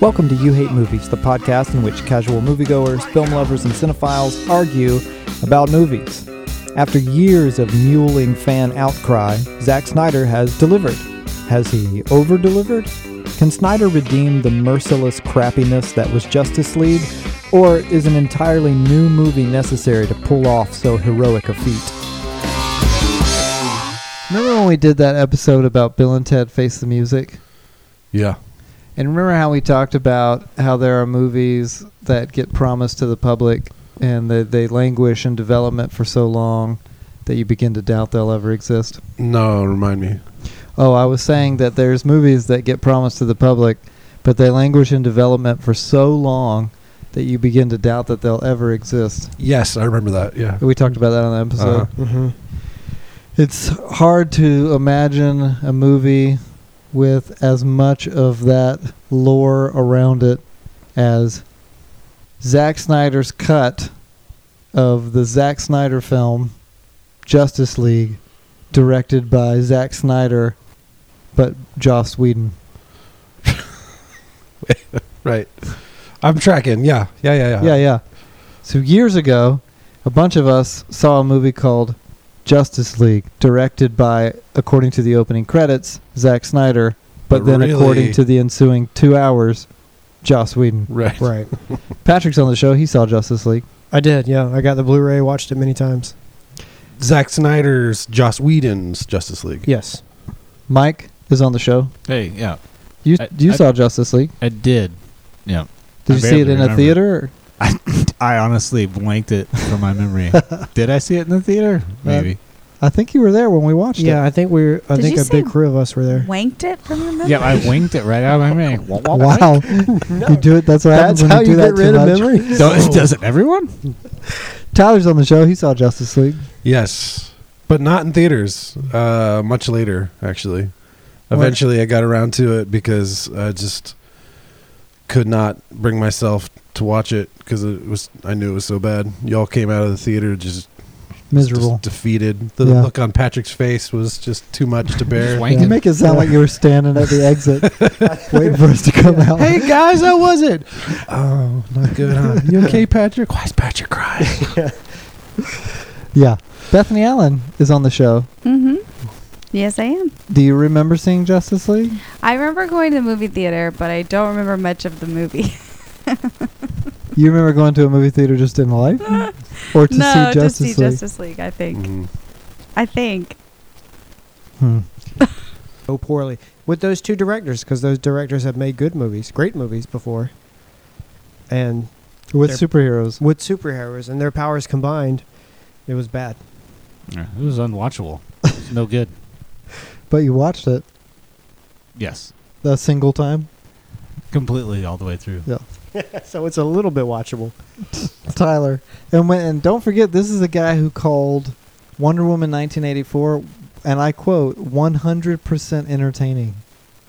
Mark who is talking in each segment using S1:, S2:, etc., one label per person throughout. S1: Welcome to You Hate Movies, the podcast in which casual moviegoers, film lovers, and cinephiles argue about movies. After years of mewling fan outcry, Zack Snyder has delivered. Has he over delivered? Can Snyder redeem the merciless crappiness that was Justice League? Or is an entirely new movie necessary to pull off so heroic a feat? Remember when we did that episode about Bill and Ted Face the Music?
S2: Yeah.
S1: And remember how we talked about how there are movies that get promised to the public and they, they languish in development for so long that you begin to doubt they'll ever exist?
S2: No, remind me.
S1: Oh, I was saying that there's movies that get promised to the public, but they languish in development for so long that you begin to doubt that they'll ever exist.
S2: Yes, I remember that. Yeah.
S1: We talked about that on the
S3: uh,
S1: episode.
S2: Uh-huh.
S4: Mm-hmm.
S1: It's hard to imagine a movie with as much of that lore around it as Zack Snyder's cut of the Zack Snyder film Justice League, directed by Zack Snyder, but Joss Whedon.
S2: Right. I'm tracking. Yeah. Yeah. Yeah. Yeah.
S3: Uh,
S1: Yeah, yeah. So years ago, a bunch of us saw a movie called Justice League, directed by, according to the opening credits, Zack Snyder, but
S2: But
S1: then
S2: really-
S1: according to the ensuing two hours, Joss Whedon.
S2: Right.
S4: Right.
S1: Patrick's on the show. He saw Justice League.
S4: I did. Yeah, I got the Blu-ray. Watched it many times.
S2: Zack Snyder's Joss Whedon's Justice League.
S4: Yes.
S1: Mike is on the show.
S3: Hey, yeah,
S1: You
S3: I-
S1: you
S3: I-
S1: saw Justice League?
S3: I did. Yeah,
S1: Did
S3: I
S1: you see
S3: barely
S1: it in a
S3: remember.
S1: theater? Or?
S3: I honestly blanked it from my memory. did I see it in the theater? Maybe.
S1: I think you were there when we watched
S4: Yeah,
S1: it.
S4: I think we. Were, I
S5: Did
S4: think
S5: you
S4: a big
S5: say
S4: crew of us were there.
S5: wanked it from your mouth.
S3: yeah, I winked it right out of my memory. Wah, wah, wah.
S1: Wow, you do it. That's what happens when you do that too much.
S4: memory.
S3: Don't- doesn't everyone?
S1: Tyler's on the show. He saw Justice League.
S2: Yes, but not in theaters. Uh, much later, actually.
S1: What?
S2: Eventually, I got around to it because I just could not bring myself to watch it because it was. I knew it was so bad. Y'all came out of the theater just
S1: Miserable.
S2: just defeated. The
S1: Yeah.
S2: look on Patrick's face was just too much to bear.
S3: Just
S1: You
S3: wanking.
S1: make it sound
S4: Yeah.
S1: like you were standing at the exit, waiting for us to come out.
S2: hey guys, how was it? Oh, not good, huh? You okay, Patrick? Why is Patrick crying?
S1: Yeah, Bethany Allen is on the show.
S5: Mm-hmm. Yes, I am.
S1: Do you remember seeing Justice League?
S5: I remember going to the movie theater, but I don't remember much of the movie.
S1: You remember going to a movie theater just in life, or to
S5: no,
S1: see
S5: to
S1: Justice
S5: see
S1: League?
S5: Justice League. I think.
S2: Mhm.
S5: I think.
S1: Hmm.
S4: So poorly with those two directors because those directors have made good movies, great movies before, and
S1: Hmm. With superheroes.
S4: with superheroes and their powers combined, it was bad.
S3: Yeah, it was unwatchable. It was no good.
S1: But you watched it
S3: Yes,
S1: a single time.
S3: completely all the way through.
S4: so it's a little bit watchable.
S1: Tyler. And when, and don't forget this is a guy who called Wonder Woman 1984 and I quote 100% entertaining,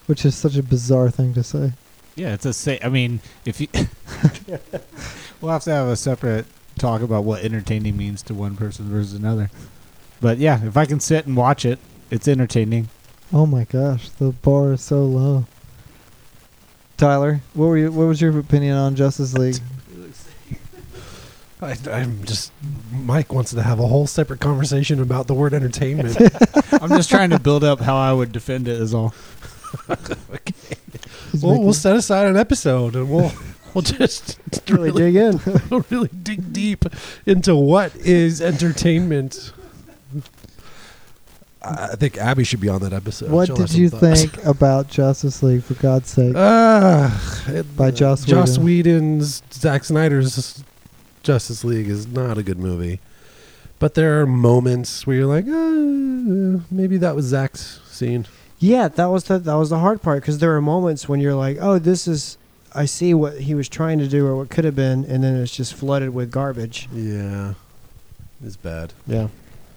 S1: which is such a bizarre thing to say.
S3: Yeah, it's a say. I mean, if you, we'll have to have a separate talk about what entertaining means to one person versus another. But yeah, if I can sit and watch it, it's entertaining.
S1: Oh my gosh, the bar is so low. Tyler, what were you, what was your opinion on Justice League?
S2: I, I'm just. Mike wants to have a whole separate conversation about the word entertainment.
S3: I'm just trying to build up how I would defend it. Is all.
S1: He's
S2: well,
S1: making-
S2: we'll set aside an episode and we'll we'll just
S4: Really
S2: really
S4: dig in.
S2: dig, really dig deep into what is entertainment. I I think Abby should be on that episode.
S1: what
S2: She'll have
S1: did
S2: some
S1: you
S2: thoughts.
S1: think about Justice League for God's sake?
S2: Ah, it-
S1: By Joss
S2: Joss
S1: Whedon.
S2: Whedon's Zack Snyder's Justice League is not a good movie, but there are moments where you're like, "Ah, maybe that was Zack's scene.
S4: Yeah, that was the that was the hard part because there are moments when you're like, oh, this is I see what he was trying to do or what could have been, and then it's just flooded with garbage.
S2: Yeah, it's bad.
S4: Yeah.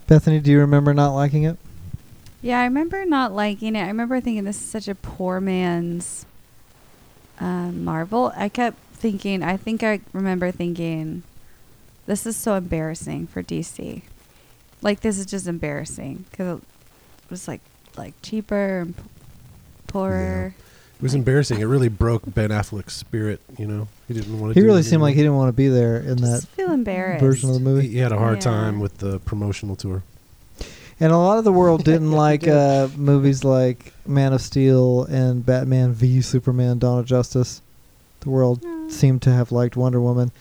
S1: Bethany, do you remember not liking it?
S5: Yeah, I remember not liking it. I remember thinking this is such a poor man's uh, Marvel. I kept thinking. I think I remember thinking, this is so embarrassing for DC. Like this is just embarrassing because it was like like cheaper and p- poorer.
S2: It was embarrassing. It really broke Ben Affleck's spirit. You know, he didn't want to.
S3: He really seemed like he didn't want to be there in that
S5: Just feel embarrassed.
S3: version of the movie.
S2: He, he had a hard
S5: Yeah.
S2: time with the promotional tour.
S3: And a lot of the world didn't like uh, movies like Man of Steel and Batman v Superman: Dawn of Justice. The world
S5: No.
S3: seemed to have liked Wonder Woman,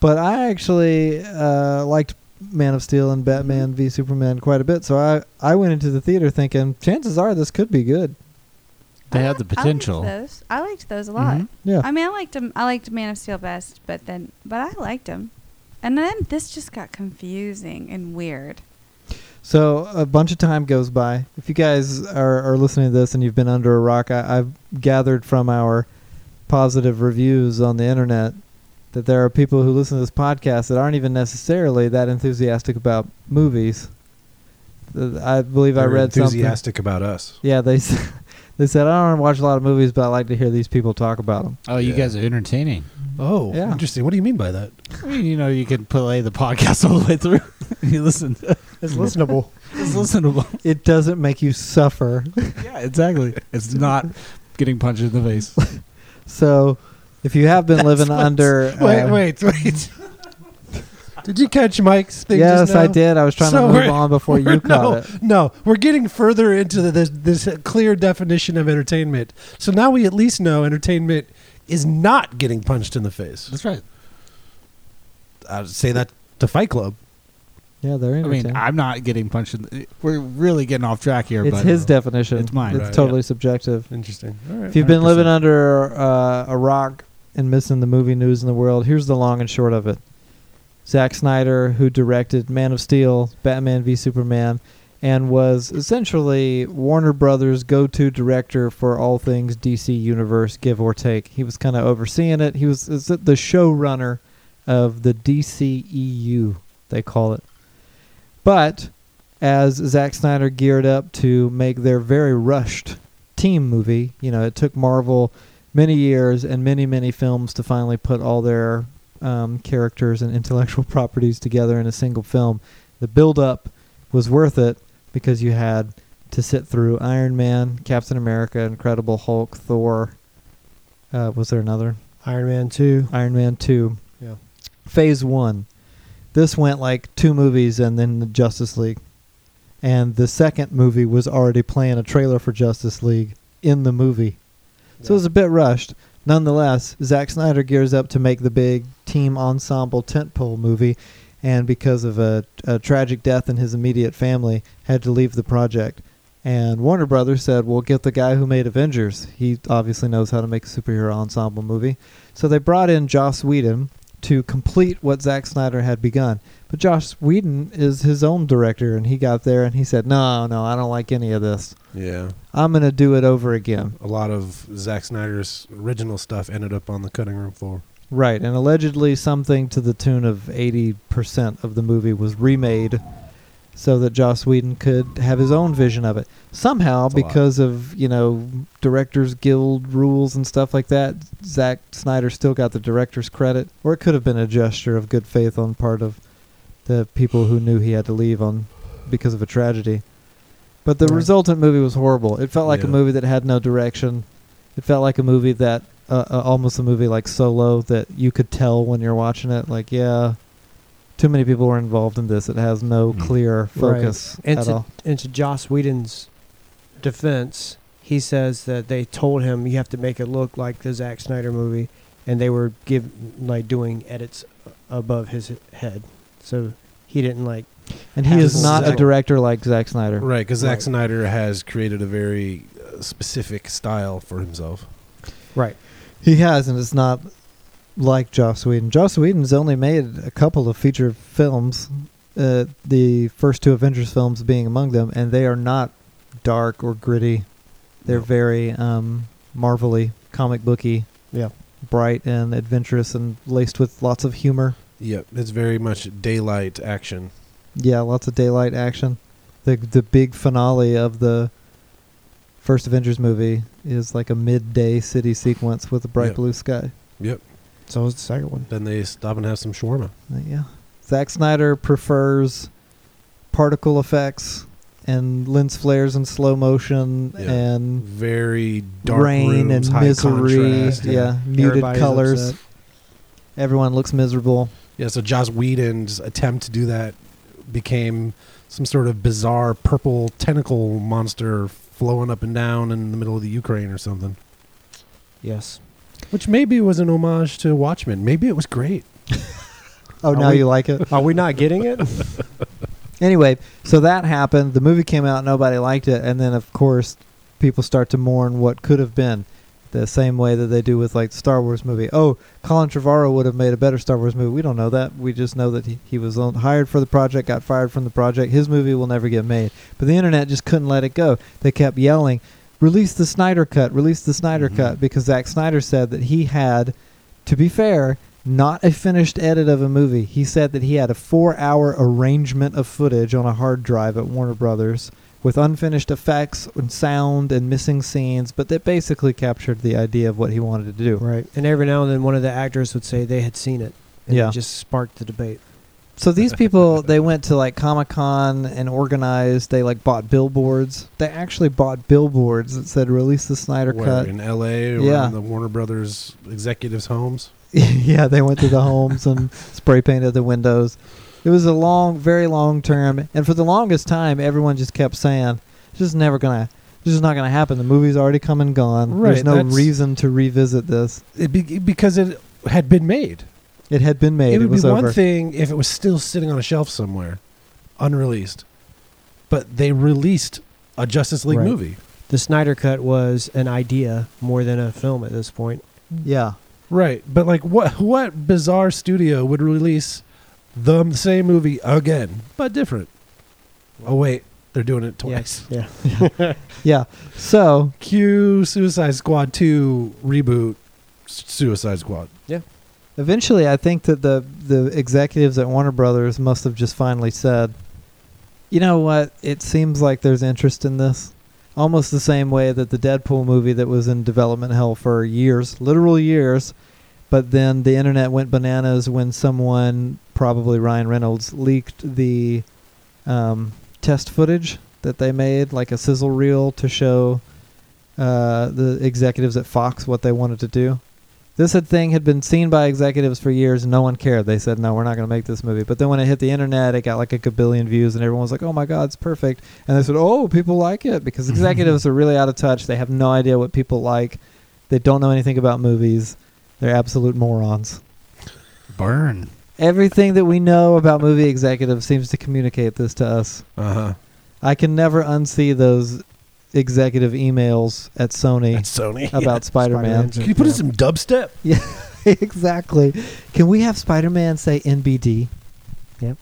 S3: but I actually uh, liked Man of Steel and Batman v Superman quite a bit. So I I went into the theater thinking chances are this could be good.
S1: They
S5: I
S1: had the
S5: li-
S1: potential.
S5: I liked those. I liked those a lot.
S1: Mhm.
S3: Yeah,
S5: I mean, I liked them. I liked Man of Steel best, but then, but I liked them. And then this just got confusing and weird.
S3: So a bunch of time goes by. If you guys are, are listening to this and you've been under a rock, I, I've gathered from our positive reviews on the internet that there are people who listen to this podcast that aren't even necessarily that enthusiastic about movies. Uh, I believe I
S2: They're
S3: read something.
S2: enthusiastic about us.
S3: Yeah, they s- they said I don't watch a lot of movies, but I like to hear these people talk about them.
S1: Oh, you
S2: Yeah.
S1: guys are entertaining.
S2: Oh,
S3: Yeah.
S2: interesting. What do you mean by that?
S1: I mean, you know, you can play the podcast all the way through. you listen. To,
S4: It's listenable.
S1: it's listenable.
S3: It doesn't make you suffer.
S1: yeah, exactly. It's not getting punched in the face.
S3: So if you have been living under, uh,
S2: wait, wait. Did you catch Mike's thing?
S3: yes,
S2: just now?
S3: I did. I was trying
S2: So
S3: to move
S2: we're-
S3: on before you
S2: We're-
S3: caught
S2: no,
S3: it.
S2: no, we're getting further into the, this this clear definition of entertainment. So now we at least know entertainment is not getting punched in the face.
S1: That's right.
S2: I'd say that to Fight Club.
S3: Yeah, they're
S1: I
S3: entertaining.
S1: mean, I'm not getting punched in. The, we're really getting off track here.
S3: it's
S1: but
S3: his definition.
S1: It's mine.
S3: It's
S2: Right.
S3: totally subjective.
S2: Interesting. All
S3: If
S2: right.
S3: you've been living
S1: 100%.
S3: under uh, a rock and missing the movie news in the world, here's the long and short of it. Zack Snyder, who directed Man of Steel, Batman v Superman, and was essentially Warner Brothers' go to director for all things DC Universe, give or take. He was kind of overseeing it. He was is it the showrunner of the DCEU, they call it. But as Zack Snyder geared up to make their very rushed team movie, you know, it took Marvel many years and many, many films to finally put all their um, characters and intellectual properties together in a single film. The build up was worth it because you had to sit through Iron Man, Captain America, Incredible Hulk, Thor. Uh, was there another?
S4: Iron Man Two.
S3: Iron Man 2.
S4: Yeah.
S3: Phase 1. This went like two movies and then the Justice League. And the second movie was already playing a trailer for Justice League in the movie. So it was a bit rushed. Nonetheless, Zack Snyder gears up to make the big team ensemble tentpole movie, and because of a, a tragic death in his immediate family, had to leave the project. And Warner Brothers said, "We'll get the guy who made Avengers. He obviously knows how to make a superhero ensemble movie." So they brought in Joss Whedon to complete what Zack Snyder had begun. But Joss Whedon is his own director, and he got there and he said, "No, no, I don't like any of this.
S2: Yeah.
S3: I'm gonna do it over again."
S2: A lot of Zack Snyder's original stuff ended up on the cutting room floor.
S3: Right, and allegedly something to the tune of 80% of the movie was remade so that Joss Whedon could have his own vision of it. Somehow,
S2: That's a lot.
S3: because of, you know, Directors Guild rules and stuff like that, Zack Snyder still got the director's credit, or it could have been a gesture of good faith on part of the people who knew he had to leave on because of a tragedy. But the
S4: Right.
S3: resultant movie was horrible. It felt like a
S2: Yeah.
S3: movie that had no direction. It felt like a movie that uh, uh, almost a movie like Solo that you could tell when you're watching it, like yeah, too many people were involved in this. It has no
S1: Hmm.
S3: clear
S4: Right.
S3: focus
S4: And
S3: at
S4: to-
S3: all.
S4: And to Joss Whedon's defense, he says that they told him you have to make it look like the Zack Snyder movie, and they were give like doing edits above his head, so he didn't like.
S3: And he
S4: has
S3: is not a
S4: zero-
S3: director like Zack Snyder.
S2: Right, because Zack
S4: Right.
S2: Snyder has created a very uh, specific style for himself.
S4: Right.
S3: He has, and it's not like Joss Whedon. Joss Whedon's only made a couple of feature films, uh, the first two Avengers films being among them, and they are not dark or gritty. They're
S2: No.
S3: very um, marvelly, comic booky,
S4: Yeah.
S3: bright and adventurous, and laced with lots of humor.
S2: Yep, it's very much daylight action.
S3: Yeah, lots of daylight action. The the big finale of the first Avengers movie is like a midday city sequence with a bright
S2: Yeah.
S3: blue sky.
S2: Yep.
S4: So was the second one.
S2: Then they stop and have some shawarma.
S3: Uh, Yeah. Zack Snyder prefers particle effects and lens flares in slow motion
S2: Yeah.
S3: and
S2: Very dark
S3: rain
S2: rooms,
S3: and
S2: high
S3: misery.
S2: contrast,
S3: Yeah,
S2: yeah.
S3: muted
S4: Everybody's
S3: colors.
S4: upset.
S3: Everyone looks miserable.
S2: Yeah, so Joss Whedon's attempt to do that became some sort of bizarre purple tentacle monster flowing up and down in the middle of the Ukraine or something.
S4: Yes.
S2: Which maybe was an homage to Watchmen. Maybe it was great.
S3: Oh,
S4: Are
S3: now
S4: we-
S3: you like it?
S4: Are we not getting it?
S3: Anyway, so that happened. The movie came out, nobody liked it, and then of course, people start to mourn what could have been. The same way that they do with like the Star Wars movie. Oh, Colin Trevorrow would have made a better Star Wars movie. We don't know that. We just know that he, he was on- hired for the project, got fired from the project. His movie will never get made. But the internet just couldn't let it go. They kept yelling, "Release the Snyder cut! Release the Snyder
S2: Mhm.
S3: cut!" Because Zack Snyder said that he had, to be fair, not a finished edit of a movie. He said that he had a four hour arrangement of footage on a hard drive at Warner Brothers with unfinished effects and sound and missing scenes, but that basically captured the idea of what he wanted to do.
S4: right. And every now and then one of the actors would say they had seen it. And
S3: Yeah.
S4: It just sparked the debate.
S3: So these people, they went to like Comic Con and organized, they like bought billboards. They actually bought billboards that said release the Snyder
S2: Where,
S3: Cut.
S2: in L.A. or
S3: Yeah.
S2: in the Warner Brothers executives' homes.
S3: yeah, they went to the homes and spray painted the windows. It was a long, very long term, and for the longest time, everyone just kept saying, "This is never gonna, this is not gonna happen. The movie's already come and gone. There's
S2: Right,
S3: no
S2: that's-
S3: reason to revisit this.
S2: It be, because it had been made.
S3: It had been made.
S2: it
S3: It,
S2: would
S3: was
S2: be
S3: over."
S2: one thing if it was still sitting on a shelf somewhere, unreleased. But they released a Justice League
S4: Right.
S2: movie.
S4: The Snyder Cut was an idea more than a film at this point.
S3: Yeah,
S2: Right, but like, what what bizarre studio would release the same movie again, but different? Oh wait, they're doing it twice.
S4: Yeah.
S3: yeah. So
S2: Cue Suicide Squad two reboot. S- Suicide Squad.
S3: eventually, I think that the the executives at Warner Brothers must have just finally said, "You know what? It seems like there's interest in this." Almost the same way that the Deadpool movie that was in development hell for years, literal years, but then the internet went bananas when someone, probably Ryan Reynolds, leaked the um, test footage that they made, like a sizzle reel to show uh, the executives at Fox what they wanted to do. This had thing had been seen by executives for years. No one cared. They said, "No, we're not going to make this movie." But then when it hit the internet, it got like a billion views, and everyone was like, "Oh my God, it's perfect!" And they said, "Oh, people like it because executives are really out of touch. They have no idea what people like. They don't know anything about movies. They're absolute morons."
S1: Burn.
S3: Everything that we know about movie executives seems to communicate this to us.
S2: Uh huh.
S3: I can never unsee those executive emails at Sony
S2: That's Sony.
S3: about Spider-Man.
S2: Can you put in some dubstep?
S3: exactly. Can we have Spider-Man say NBD?
S4: And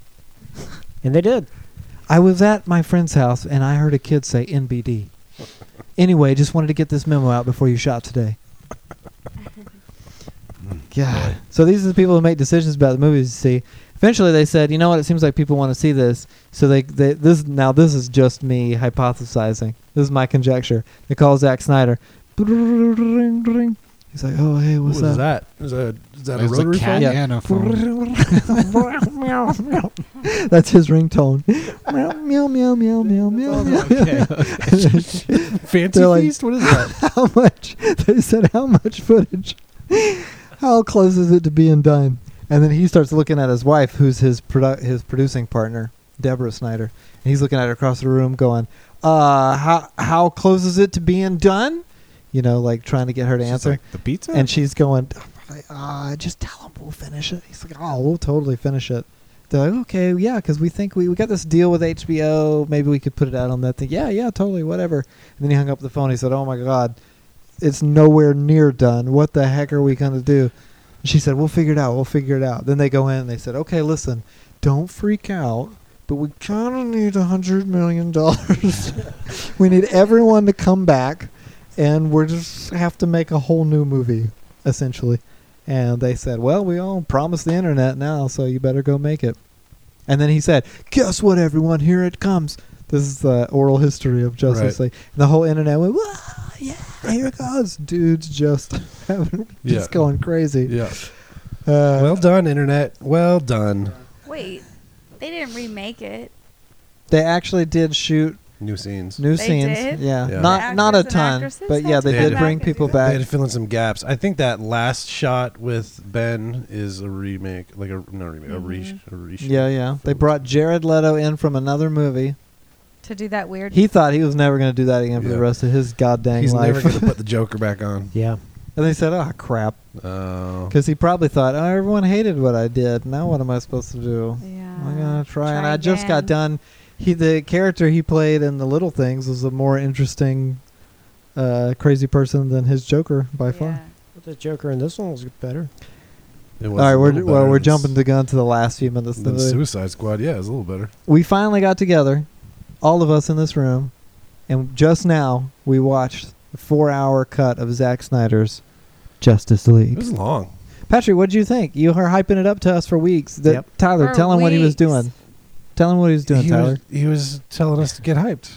S4: they did.
S3: I was at my friend's house and I heard a kid say NBD. Anyway, just wanted to get this memo out before you shot today. God. So these are the people who make decisions about the movies you see. Eventually they said, you know what, it seems like people want to see this. So they, they this now this is just me hypothesizing. This is my conjecture. They call Zack Snyder. He's like, Oh hey, what's
S2: What
S3: up?
S2: is that? Is that is that a
S1: There's
S2: rotary phone?
S1: cat
S3: Yeah.
S1: and a phone.
S3: That's his ringtone. meow meow meow meow meow meow. meow.
S2: Fancy
S3: They're like-
S2: feast? What is that?
S3: How much? They said how much footage? How close is it to being done? And then he starts looking at his wife, who's his produ- his producing partner, Deborah Snyder, and he's looking at her across the room, going, "Uh, how how close is it to being done?" You know, like trying to get her to
S1: She's
S3: answer.
S1: like, the pizza?
S3: And she's going, uh, just tell him we'll finish it. He's like, oh, we'll totally finish it. They're like, okay, yeah, because we think we, we got this deal with HBO. Maybe we could put it out on that thing. Yeah, yeah, totally, whatever. And then he hung up the phone. He said, oh my God, it's nowhere near done. What the heck are we going to do? And she said, we'll figure it out. We'll figure it out. Then they go in and they said, okay, listen, don't freak out. But we kind of need a hundred million dollars. we need everyone to come back and we're just have to make a whole new movie essentially and they said well we all promised the internet now so you better go make it and then he said guess what everyone here it comes this is the oral history of justice
S2: Right.
S3: league and the whole internet went Whoa, yeah here it goes dudes just having,
S2: Yeah.
S3: just going crazy
S2: Yeah.
S3: uh,
S2: Well done, internet. Well done.
S5: Wait, they didn't remake it.
S3: they actually did shoot
S2: new scenes.
S3: New
S5: They
S3: scenes,
S5: did?
S3: yeah.
S2: Yeah.
S3: Not not a
S5: Actors and
S3: ton,
S5: actresses
S3: but
S5: had
S3: yeah,
S5: to
S3: they
S2: come
S3: did
S2: back
S3: bring
S5: and
S3: people
S5: do
S2: They had
S3: back.
S2: to fill in some gaps. I think that last shot with Ben is a remake, like a no remake, a resh, a resh.
S3: Mm-hmm. Yeah, yeah. They brought Jared Leto in from another movie.
S5: to do that weird.
S3: He thought he was never going to do that again for the
S2: Yeah.
S3: rest of his goddamn
S2: He's
S3: life.
S2: never gonna put the Joker back on.
S4: Yeah.
S3: and they said, "Oh crap,"
S2: Oh,
S3: because he probably thought, "Oh, everyone hated what I did. Now what am I supposed to do?
S5: yeah.
S3: I'm gonna try." and I just got done.
S5: again.
S3: He, the character he played in The Little Things, was a more interesting, uh, crazy person than his Joker by far.
S5: Yeah.
S4: But the Joker in this one was better.
S2: it
S3: All
S2: was
S3: right,
S2: a
S3: we're
S2: little
S3: well,
S2: better
S3: we're
S2: than
S3: jumping the gun to the last few minutes.
S2: s-
S3: of
S2: than
S3: the-
S2: Suicide Squad. Yeah, it's a little better.
S3: we finally got together, all of us in this room, and just now we watched the four-hour cut of Zack Snyder's Justice
S2: It
S3: League.
S2: was long.
S3: Patrick, what did you think? You were hyping it up to us for weeks. That
S4: Yep.
S3: Tyler,
S5: For
S3: tell him what he was
S5: weeks.
S3: doing. Tell him what he was doing,
S2: he
S3: Tyler.
S2: Was, he was telling us to get hyped.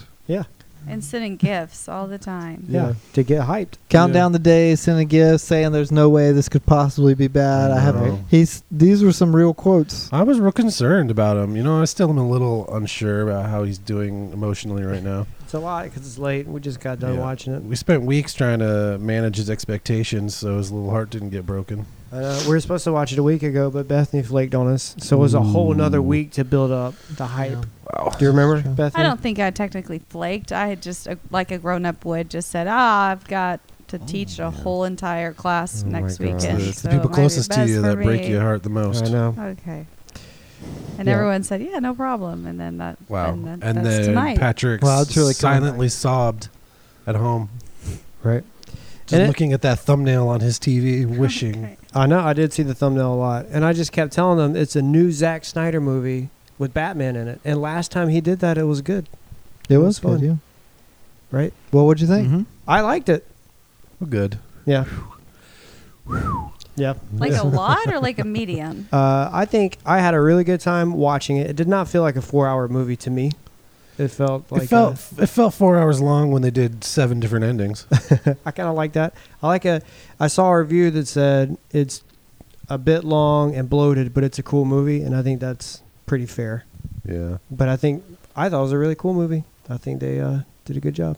S5: And sending gifts all the time.
S3: Yeah.
S4: Yeah. To get hyped.
S3: Count
S2: Yeah.
S3: down the days, sending gifts, saying there's no way this could possibly be bad. I
S2: No.
S3: have he's these were some real quotes.
S2: I was real concerned about him. You know, I still am a little unsure about how he's doing emotionally right now.
S4: It's a lot because it's late. We just got done
S2: Yeah.
S4: watching it.
S2: We spent weeks trying to manage his expectations so his little heart didn't get broken.
S4: Uh, we were supposed to watch it a week ago, but Bethany flaked on us, so it was a whole another week to build up the hype.
S3: Yeah.
S2: Wow.
S4: Mm. Do you remember,
S3: Sure.
S4: Bethany?
S5: I don't think I technically flaked. I had just, uh, like a grown up would, just said, ah, I've got to teach a whole entire class
S2: Oh my
S5: next
S2: God.
S5: weekend.
S2: It's
S5: so
S2: the people
S5: it might be
S2: closest to
S5: best
S2: you
S5: for
S2: that break
S5: me."
S2: your heart the most.
S4: I know.
S5: Okay. And
S3: Yeah.
S5: everyone said, yeah, no problem. And then that,
S2: Wow.
S5: and, that,
S2: and
S5: that's
S2: then
S5: tonight.
S2: Patrick
S3: Wow, it's really cool.
S2: silently sobbed at home,
S4: Right.
S2: just
S4: And it-
S2: looking at that thumbnail on his TV, wishing.
S5: Okay.
S4: I know. I did see the thumbnail a lot, and I just kept telling them it's a new Zack Snyder movie with Batman in it. And last time he did that, it was good,
S3: It
S4: It
S3: was
S4: was fun.
S3: good, yeah.
S4: right?
S3: Well, what'd you think?
S1: Mm-hmm.
S4: I liked it.
S2: Well, good.
S4: Yeah. yeah.
S5: Like a lot or like a medium?
S4: Uh, I think I had a really good time watching it. It did not feel like a four-hour movie to me. It felt like
S2: it felt it felt four hours long when they did seven different endings.
S4: a- uh, I kind of like that. I like a. I saw a review that said it's a bit long and bloated, but it's a cool movie, and I think that's pretty fair.
S2: yeah.
S4: But I think I thought it was a really cool movie. I think they uh, did a good job.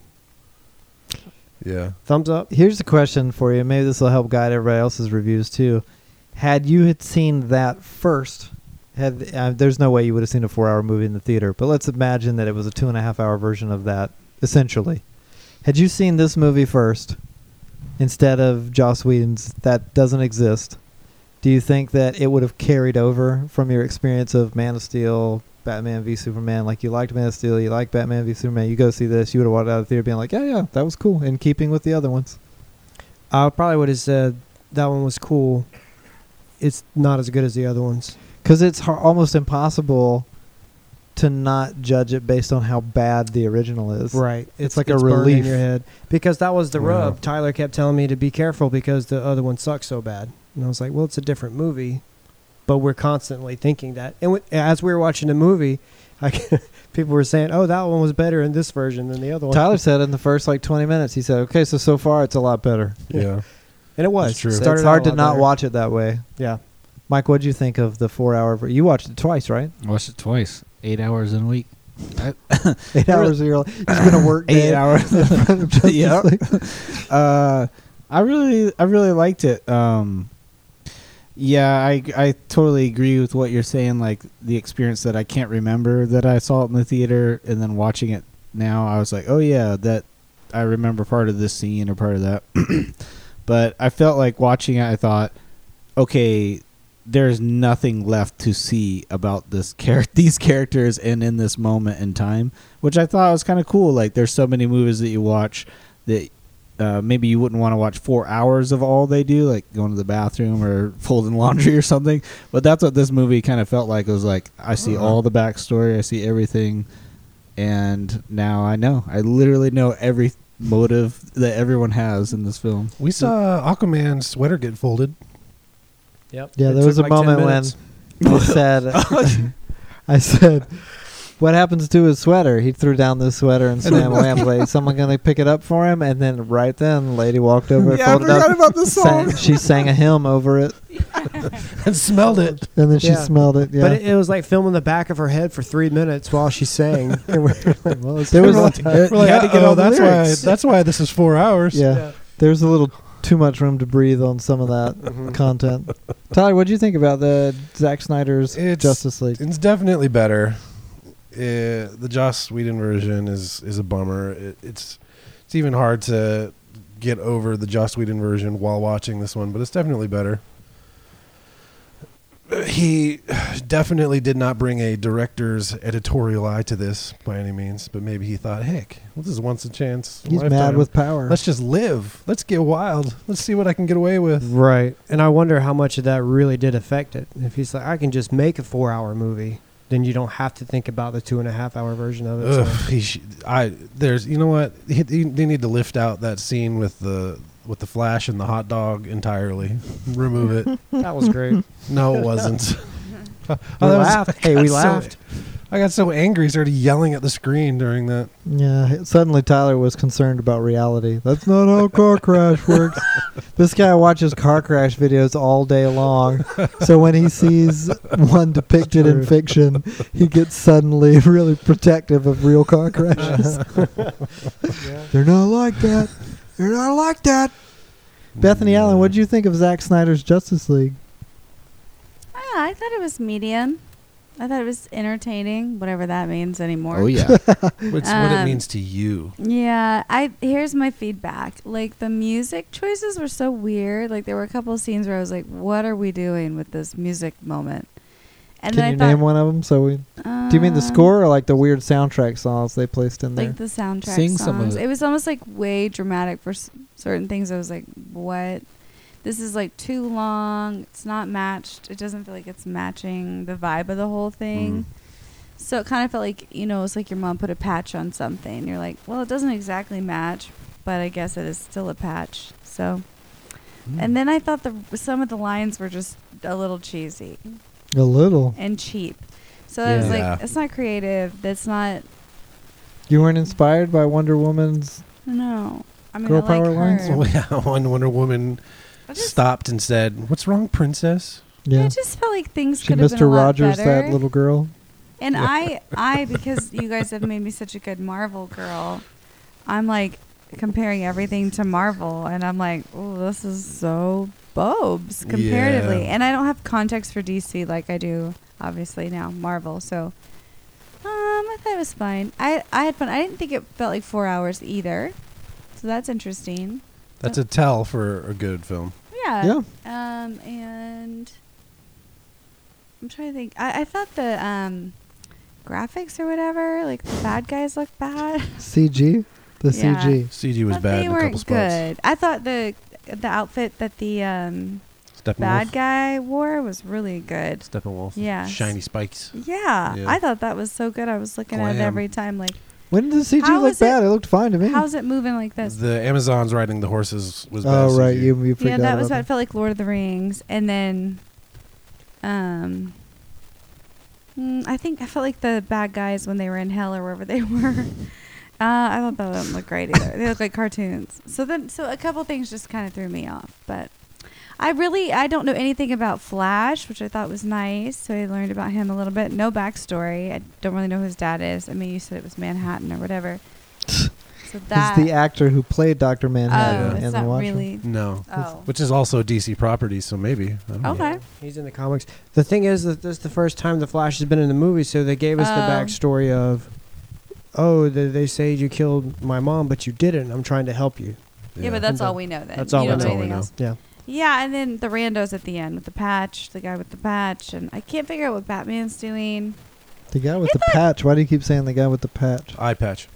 S2: Yeah.
S4: Thumbs up.
S3: Here's a question for you. Maybe this will help guide everybody else's reviews too. Had you had seen that first, had uh, there's no way you would have seen a four-hour movie in the theater. But let's imagine that it was a two and a half-hour version of that. Essentially, had you seen this movie first instead of Joss Whedon's that doesn't exist, do you think that it would have carried over from your experience of Man of Steel, Batman v Superman? Like you liked Man of Steel, you like Batman v Superman. You go see this, you would have walked out of the theater being like, yeah, yeah, that was cool, in keeping with the other ones.
S4: I probably would have said that one was cool. It's not as good as the other ones.
S3: because it's har- almost impossible to not judge it based on how bad the original is.
S4: Right.
S3: It's like a
S4: burned in
S3: relief.
S4: your head because that was the
S2: Yeah.
S4: rub. Tyler kept telling me to be careful because the other one sucks so bad, and I was like, "Well, it's a different movie," but we're constantly thinking that. And w- as we were watching the movie, I, people were saying, "Oh, that one was better in this version than the other one."
S3: Tyler said in the first like 20 minutes, he said, "Okay, so so far it's a lot better."
S2: Yeah.
S4: and it was
S2: That's true.
S4: It
S3: So
S4: started
S3: it's
S4: out
S3: hard to
S4: a lot
S3: not
S4: better.
S3: watch it that way.
S4: Yeah,
S3: Mike, what'd you think of the four-hour? Ver- you watched it twice, right?
S1: I watched it twice. Eight hours in a week.
S3: Eight
S1: There
S3: hours of your life. He's gonna work
S1: Eight
S3: day.
S1: hours. yeah. Uh, I really, I really liked it. Um, yeah, I, I totally agree with what you're saying. Like the experience that I can't remember that I saw it in the theater, and then watching it now, I was like, oh yeah, that I remember part of this scene or part of that. but I felt like watching it. I thought, okay, there's nothing left to see about this char- these characters and in this moment in time, which I thought was kind of cool. Like there's so many movies that you watch that uh, maybe you wouldn't want to watch four hours of all they do, like going to the bathroom or folding laundry or something. But that's what this movie kind of felt like. It was like I see all the backstory, I see everything, and now I know. I literally know every motive that everyone has in this film.
S2: We saw Aquaman's sweater get folded.
S4: yep.
S3: Yeah,
S4: It
S3: there was
S4: took
S3: a
S4: like 10
S3: moment when
S4: minutes.
S3: I said, "I said." What happens to his sweater? He threw down the sweater and slam wham blade. Someone gonna pick it up for him, and then right then, lady walked over,
S1: Yeah, I
S3: folded up,
S1: forgot about the song.
S3: sang, she sang a hymn over it.
S2: and smelled it.
S3: And then she
S4: Yeah.
S3: smelled it. Yeah.
S4: But it, it was like filming the back of her head for three minutes while she sang. And we were like, well, it's
S3: there was
S4: like,
S3: a,
S4: really had to get
S2: oh,
S4: all the
S2: that's
S4: lyrics.
S2: why. That's why this is four hours.
S3: yeah. There's a little too much room to breathe on some of that
S2: Mm-hmm.
S3: content. Tyler, what do you think about the Zack Snyder's
S2: It's-
S3: Justice League?
S2: It's definitely better. Uh, the Joss Whedon version is is a bummer. It, it's it's even hard to get over the Joss Whedon version while watching this one, but it's definitely better. Uh, He definitely did not bring a director's editorial eye to this by any means, but maybe he thought, "Heck, well, this is once a chance."
S3: He's mad
S2: lifetime.
S3: with power.
S2: Let's just live. Let's get wild. Let's see what I can get away with.
S4: Right. And I wonder how much of that really did affect it. If he's like, I can just make a four hour movie, then you don't have to think about the two and a half hour version of it. so-
S2: Ugh, he sh- I there's you know what he, he- they need to lift out that scene with the with the flash and the hot dog entirely. Remove it.
S4: that was great.
S2: No, it wasn't. Oh,
S4: We
S2: that was-
S4: laughed. hey, we
S2: so-
S4: laughed.
S2: I got so angry, started yelling at the screen during that.
S3: Yeah, suddenly Tyler was concerned about reality. That's not how car crash works. this guy watches car crash videos all day long. So when he sees one depicted in fiction, he gets suddenly really protective of real car crashes. They're not like that. They're not like that. Bethany Allen, what did you think of Zack Snyder's Justice League?
S5: Ah, I thought it was medium. I thought it was entertaining, whatever that means anymore.
S1: Oh yeah.
S2: What's what it
S5: Um,
S2: means to you?
S5: Yeah, I here's my feedback. Like the music choices were so weird. Like there were a couple of scenes where I was like, "What are we doing with this music moment?" And
S3: Can you name one of them? So we, do you mean the
S5: um,
S3: score or like the weird soundtrack songs they placed in there?
S5: Like the soundtrack
S1: Sing
S5: songs.
S1: some of it.
S5: it. was almost like way dramatic for s- certain things. I was like, "What? This is like too long. It's not matched. It doesn't feel like it's matching the vibe of the whole thing." So it kind of felt like you know, it's like your mom put a patch on something. You're like, "Well, it doesn't exactly match, but I guess it is still a patch." So.
S1: Mm-hmm.
S5: And then I thought the some of the lines were just a little cheesy
S3: a little.
S5: and cheap. So I was
S2: Yeah.
S5: like,
S2: Yeah.
S5: "That's not creative. That's not
S3: You weren't inspired by Wonder Woman's
S5: No. I mean,
S3: Girl
S5: I like
S3: power
S5: her.
S3: lines?
S2: So, yeah, one Wonder Woman
S5: I just,
S2: stopped and said, "What's wrong, princess?"
S5: I
S3: yeah.
S5: just felt like things
S3: She
S5: could have been a
S3: Mr.
S5: lot
S3: Rogers
S5: better.
S3: that little girl.
S5: and I, I because you guys have made me such a good Marvel girl, I'm like comparing everything to Marvel, and I'm like, oh, this is so bobs comparatively,
S2: Yeah.
S5: and I don't have context for DC like I do obviously now Marvel, so. Um, I thought it was fine. I, I had fun. I didn't think it felt like four hours either, so that's interesting.
S2: That's a tell for a good film.
S5: Yeah. Yeah. Um, and I'm trying to think. I, I thought the um, graphics or whatever, like the bad guys looked bad.
S3: CG, the
S5: Yeah.
S3: CG.
S2: CG was
S5: But
S2: bad
S5: They
S2: in a couple
S5: weren't
S2: spots.
S5: good. I thought the the outfit that the um,
S2: Steppenwolf,
S5: bad guy wore was really good.
S2: Steppenwolf,
S5: Yes.
S2: shiny spikes.
S5: Yeah,
S2: Yeah.
S5: I thought that was so good. I was looking at it
S2: Glam.
S5: every time, like,
S3: When did the CG
S5: How
S3: look
S5: is it-
S3: bad? It, looked fine to me.
S5: how's it moving like this?
S2: The Amazons riding the horses was. bad
S3: oh right,
S2: CG.
S3: you you forgot
S5: yeah, that was what
S3: about
S5: it felt like Lord of the Rings, and then, um, mm, I think I felt like the bad guys when they were in hell or wherever they were. uh, I thought that didn't look great either. they look like cartoons. So then, so a couple things just kind of threw me off, but. I really I don't know anything about Flash, which I thought was nice. So I learned about him a little bit. No backstory. I don't really know who his dad is. I mean, you said it was Manhattan or whatever. So that
S3: He's the actor who played Doctor
S5: oh,
S3: Manhattan
S5: it's
S3: in the
S5: not
S3: Watchmen.
S5: really.
S2: No,
S5: Oh,
S2: which is also DC property, so maybe. I don't know.
S5: okay.
S4: He's in the comics. The thing is that this is the first time the Flash has been in the movie, so they gave us the
S5: Oh.
S4: backstory of, oh, they, they say you killed my mom, but you didn't. I'm trying to help you.
S5: Yeah, but that's all we know then.
S4: That's all we
S5: you don't
S4: know.
S5: know anything else.
S4: Yeah.
S5: Yeah, and then the randos at the end with the patch, the guy with the patch, and I can't figure out what Batman's doing.
S3: The guy with the patch. Why do you keep saying the guy with the patch?
S2: eye patch.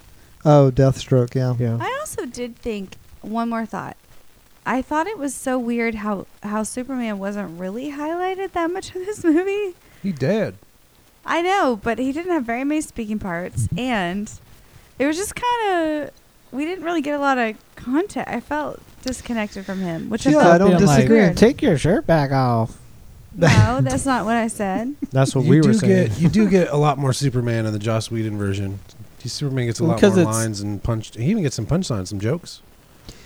S3: Oh, Deathstroke. Yeah.
S4: Yeah.
S5: I also did think one more thought. I thought it was so weird how how Superman wasn't really highlighted that much in this movie.
S2: He dead.
S5: I know, but he didn't have very many speaking parts, and it was just kind of we didn't really get a lot of content. I felt disconnected from him, which I
S3: Yeah,
S5: felt
S3: I don't
S5: really
S3: disagree.
S5: weird.
S1: Take your shirt back off.
S5: no, that's not what I said.
S4: That's what
S2: you
S4: we
S2: do
S4: were saying.
S2: get you do get a lot more Superman in the Joss Whedon version. He- Superman gets a lot
S1: Because
S2: more
S1: it's-
S2: lines and punch. He even gets some punchlines, some jokes.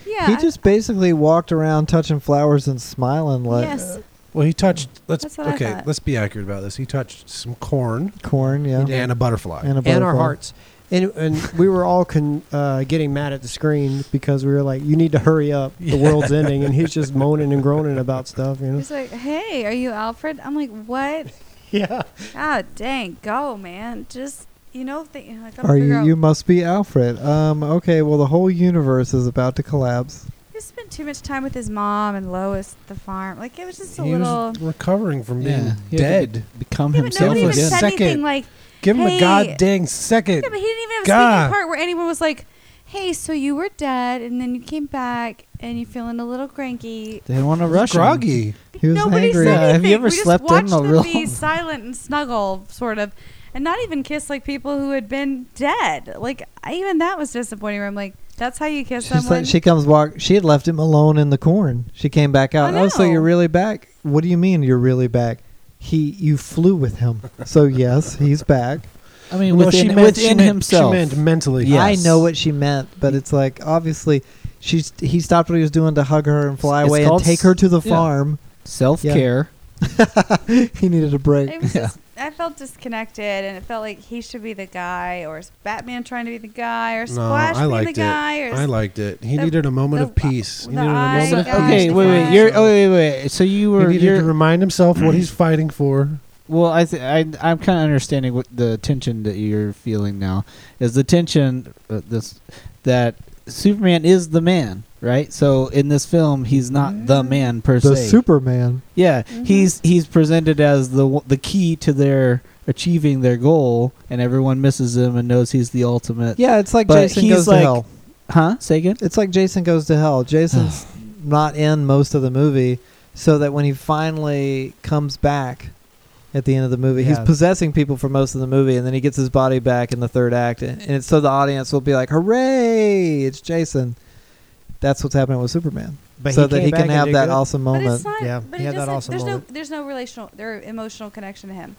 S5: Yeah,
S3: He
S5: I-
S3: just basically walked around touching flowers and smiling like
S5: yes,
S2: Well, he touched. Let's
S5: Mm. That's what I
S2: okay.
S5: thought.
S2: Let's be accurate about this. He touched some corn
S3: Corn, yeah.
S4: He did.
S2: and a butterfly.
S3: a
S4: and our
S3: butterfly.
S4: hearts. And, and we were all con, uh, getting mad at the screen because we were like, "You need to hurry up! The world's ending!" And he's just moaning and groaning about stuff, you know.
S5: He's like, "Hey, are you Alfred?" I'm like, "What?
S4: Yeah,
S5: God dang, go man! Just you know, th- I gotta
S3: Are
S5: figure
S3: you?
S5: out-
S3: You must be Alfred. Um. Okay. Well, the whole universe is about to collapse.
S5: He spent too much time with his mom and Lois at the farm. Like it was just a
S2: he
S5: little.
S2: was recovering from
S1: Yeah.
S2: being dead.
S1: Become
S5: Yeah, but
S1: himself
S5: nobody even
S1: again.
S5: said anything
S2: Second.
S5: like.
S2: Give him
S5: Hey.
S2: a god dang second.
S5: Yeah, but he didn't even have a
S2: God.
S5: speaking part where anyone was like, "Hey, so you were dead, and then you came back, and you're feeling a little cranky."
S1: They want to
S2: He was
S1: rush him.
S2: groggy.
S3: He was
S5: Nobody
S3: angry.
S5: said anything.
S1: Yeah, have you ever
S5: we just
S1: slept in
S5: watched
S1: a
S5: them
S1: real-
S5: be silent and snuggle, sort of, and not even kiss like people who had been dead. Like I, even that was disappointing. Where I'm like, "That's how you kiss
S3: She's
S5: someone."
S3: like, she comes walk. She had left him alone in the corn. She came back out.
S5: I
S3: Oh, so
S5: know.
S3: you're really back? What do you mean you're really back? He, you flew with him. So yes, he's back.
S1: I mean, within,
S2: she
S1: within
S2: meant-
S1: himself.
S2: She meant mentally.
S1: Yeah.
S3: I
S1: Yes.
S3: know what she meant, but it's like obviously she's he stopped what he was doing to hug her and fly
S1: It's
S3: away and
S1: called
S3: take
S1: s-
S3: her to the
S1: yeah.
S3: farm.
S1: Self care.
S3: He needed a break.
S5: It was just, I felt disconnected, and it felt like he should be the guy, or is Batman trying to be the guy, or
S2: No,
S5: Splash
S2: I
S5: being
S2: liked
S5: the
S2: it.
S5: guy, or
S2: I liked it. He
S5: The-
S2: needed a moment
S5: the-
S2: of peace. He
S5: the
S2: needed a
S5: eye
S2: moment of
S5: guy.
S2: peace.
S1: okay,
S5: the
S1: wait, wait.
S5: guy.
S1: You're. Oh, wait, wait. wait. So you
S2: He
S1: were.
S2: needed to
S1: You're,
S2: remind himself what he's fighting for.
S1: well, I, th- I I'm kind of understanding what the tension that you're feeling now is the tension uh, this that Superman is the man, right? So in this film, he's not the man per
S3: The
S1: se.
S3: Superman.
S1: Yeah,
S3: Mm-hmm.
S5: Mhm.
S1: he's he's presented as the w- the key to their achieving their goal, and everyone misses him and knows he's the ultimate.
S3: Yeah, it's like
S1: But
S3: Jason
S1: he's
S3: goes to
S1: like-
S3: hell.
S1: Huh? Say again.
S3: It's like Jason goes to hell. Jason's not in most of the movie, so that when he finally comes back at the end of the movie, he's
S4: Yeah.
S3: possessing people for most of the movie, and then he gets his body back in the third act, and, and it's so the audience will be like, "Hooray! It's Jason." That's what's happening with Superman,
S4: but
S3: so that
S4: came
S3: he
S4: back
S3: can
S4: and
S3: have
S4: did
S3: that
S4: good.
S3: awesome
S5: But
S3: moment.
S5: it's not.
S4: Yeah,
S5: but
S4: he
S5: it
S4: had that
S5: doesn't-
S4: awesome
S5: there's
S4: moment.
S5: no there's no relational their emotional connection to him.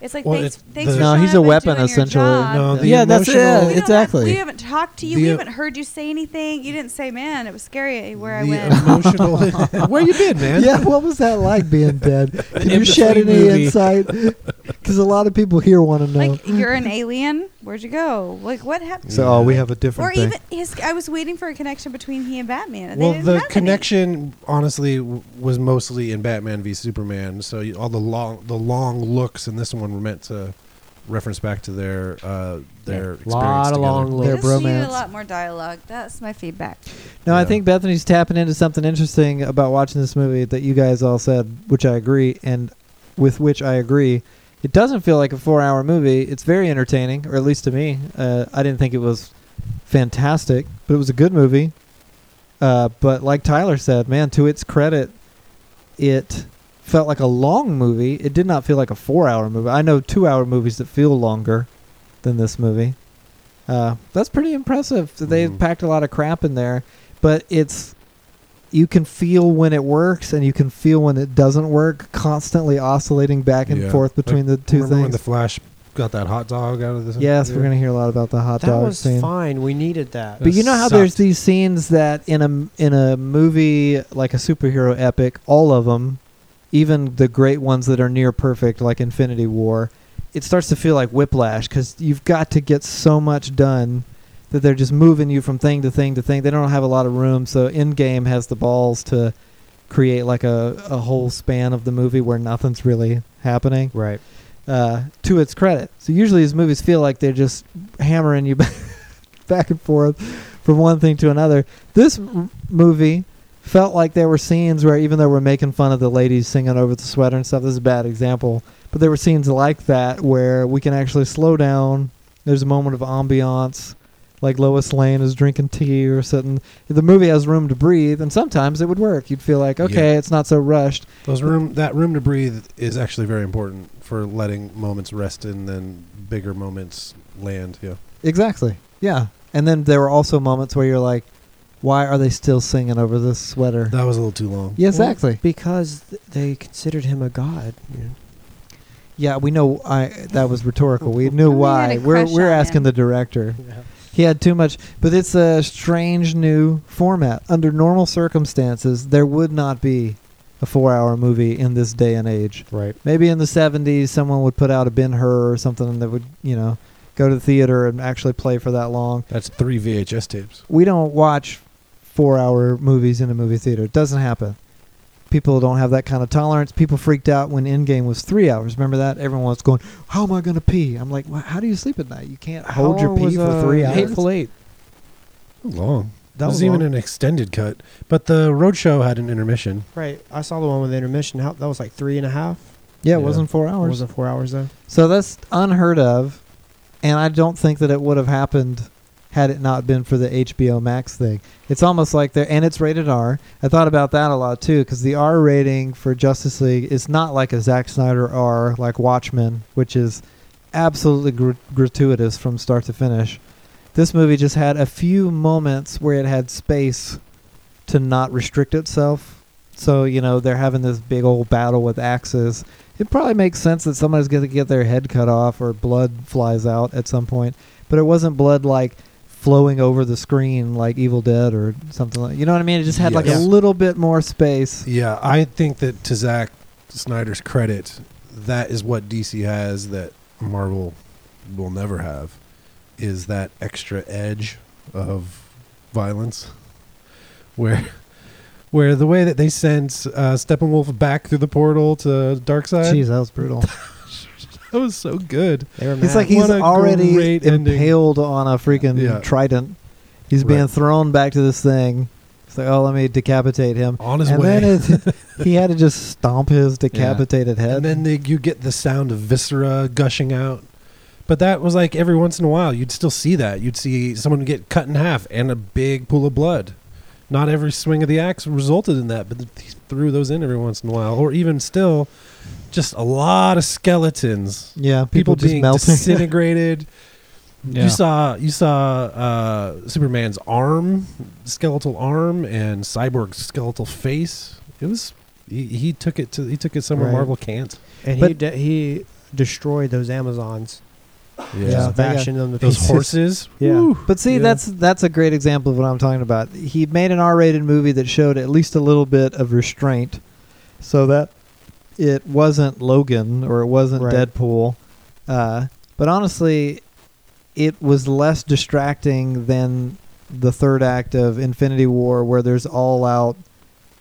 S5: It's like
S2: Well,
S5: thanks,
S2: it's
S5: thanks
S2: the-
S5: for
S3: No,
S5: showing
S3: he's
S5: up
S3: a
S5: and
S3: weapon,
S5: doing your
S3: essentially.
S5: job.
S2: No, Uh, the
S1: Yeah, that's-
S2: emotional-
S1: yeah,
S5: We don't
S1: it's-
S5: have-
S1: exactly.
S5: we haven't talked to you.
S2: The- uh,
S5: we haven't heard you say anything. You didn't say, "Man, it was scary where I
S2: the
S5: went."
S2: emotional. Where you been, man?
S3: yeah, what was that like being dead? Can you shed any
S1: in-between movie.
S3: insight? Because a lot of people here want to know.
S5: Like you're an alien. Where'd you go? Like what happened?
S3: so, oh, we have a different
S5: Or
S3: thing.
S5: even his, I was waiting for a connection between he and Batman. And
S2: Well,
S5: they didn't
S2: the
S5: have any.
S2: connection honestly w- was mostly in Batman v Superman. So you- all the long, the long looks in this one were meant to reference back to their uh, their experience
S4: lot of
S2: together.
S4: long looks.
S3: Their
S5: This needed
S3: bromance.
S5: a lot more dialogue. That's my feedback.
S3: No, I
S2: Yeah.
S3: think Bethany's tapping into something interesting about watching this movie that you guys all said, which I agree, and with which I agree. It doesn't feel like a four-hour movie. It's very entertaining, or at least to me. Uh, I didn't think it was fantastic, but it was a good movie. Uh, but like Tyler said, man, to its credit, it felt like a long movie. It did not feel like a four-hour movie. I know two-hour movies that feel longer than this movie. Uh, that's pretty impressive. that They
S2: Mhm.
S3: packed a lot of crap in there, but it's you can feel when it works and you can feel when it doesn't work. Constantly oscillating back and
S2: Yeah.
S3: forth between the two
S2: Remember when
S3: things.
S2: the Flash got that hot dog out of this?
S3: yes, we're gonna hear a lot about the hot
S4: that
S3: dog
S4: was
S3: scene.
S4: fine. We needed that.
S3: But you know how
S2: sucked.
S3: there's these scenes that in a in a movie like a superhero epic, all of them, even the great ones that are near perfect like Infinity War, it starts to feel like whiplash cuz you've got to get so much done that they're just moving you from thing to thing to thing. They don't have a lot of room, so Endgame has the balls to create like a a whole span of the movie where nothing's really happening
S4: right?
S3: uh, to its credit. So usually these movies feel like they're just hammering you back, back and forth from one thing to another. This m- movie felt like there were scenes where even though we're making fun of the ladies singing over the sweater and stuff, this is a bad example, but there were scenes like that where we can actually slow down. There's a moment of ambiance. Like Lois Lane is drinking tea or something. The movie has room to breathe, and sometimes it would work. You'd feel like, okay, it's not so rushed.
S2: Those room that room to breathe is actually very important for letting moments rest and then bigger moments land. Yeah.
S3: Exactly. Yeah. And then there were also moments where you're like, why are they still singing over this sweater?
S2: That was a little too long.
S3: yeah, exactly.
S4: Because th- they considered him a god. you know.
S3: Yeah, we know I that was rhetorical. We knew
S5: We had
S3: why.
S5: a
S3: We're
S5: crush
S3: we're
S5: on
S3: asking
S5: him.
S3: the director. He had too much, but it's a strange new format. Under normal circumstances, there would not be a four-hour movie in this day and age.
S6: Right.
S3: Maybe in the '70s, someone would put out a Ben Hur or something that would, you know, go to the theater and actually play for that long.
S2: That's three VHS tapes.
S3: We don't watch four-hour movies in a movie theater. It doesn't happen. People don't have that kind of tolerance. People freaked out when Endgame was three hours. Remember that? Everyone was going, "How am I going to pee?" I'm like, well, "How do you sleep at night? You can't hold your pee for three hours."
S4: Hateful Eight.
S2: Long.
S3: That
S2: That
S3: was
S2: was even
S3: long.
S2: an extended cut, but the Roadshow had an intermission.
S4: Right. I saw the one with the intermission. How, that was like three and a half.
S3: Yeah, it
S2: Yeah.
S3: wasn't four
S4: Or
S3: hours.
S4: was it four hours though?
S3: So that's unheard of, and I don't think that it would have happened had it not been for the HBO Max thing. It's almost like they're and it's rated R. I thought about that a lot too because the R rating for Justice League is not like a Zack Snyder R like Watchmen, which is absolutely gr- gratuitous from start to finish. This movie just had a few moments where it had space to not restrict itself. So you know they're having this big old battle with axes it probably makes sense that somebody's going to get their head cut off or blood flies out at some point, but it wasn't blood like flowing over the screen like Evil Dead or something like. You know what I mean? It just had like a
S2: Yes.
S3: little bit more space.
S2: Yeah, I think that to Zack Snyder's credit, that is what DC has that Marvel will never have is that extra edge of violence where where the way that they sent uh, Steppenwolf back through the portal to Darkseid
S3: Jeez, that was brutal.
S2: that was so good.
S4: They were
S3: It's
S4: mad.
S3: like he's
S2: What a
S3: already
S2: great ending.
S3: impaled on a freaking
S2: Yeah.
S3: trident. He's
S2: Right.
S3: being thrown back to this thing. It's like, oh, let me decapitate him.
S2: On his
S3: and
S2: way.
S3: then it, he had to just stomp his decapitated head.
S2: and then they, you get the sound of viscera gushing out. But that was like every once in a while, you'd still see that. You'd see someone get cut in half and a big pool of blood. Not every swing of the axe resulted in that, but he threw those in every once in a while, or even still, just a lot of skeletons.
S3: yeah, people,
S2: People,
S3: just
S2: being
S3: melting.
S2: disintegrated.
S1: Yeah.
S2: You saw you saw uh, Superman's arm, skeletal arm, and Cyborg's skeletal face. It was he, he took it to he took it somewhere
S3: Right.
S2: Marvel can't.
S4: and he
S3: but-
S4: de- he destroyed those Amazons,
S3: Yeah,
S4: just
S3: they got-
S4: bashing them to
S2: those
S4: pieces.
S2: horses.
S4: Yeah.
S2: Woo.
S3: But see,
S2: Yeah.
S3: that's that's a great example of what I'm talking about. He made an R-rated movie that showed at least a little bit of restraint, so that it wasn't Logan or it wasn't
S4: Right.
S3: Deadpool. Uh, but honestly, it was less distracting than the third act of Infinity War, where there's all-out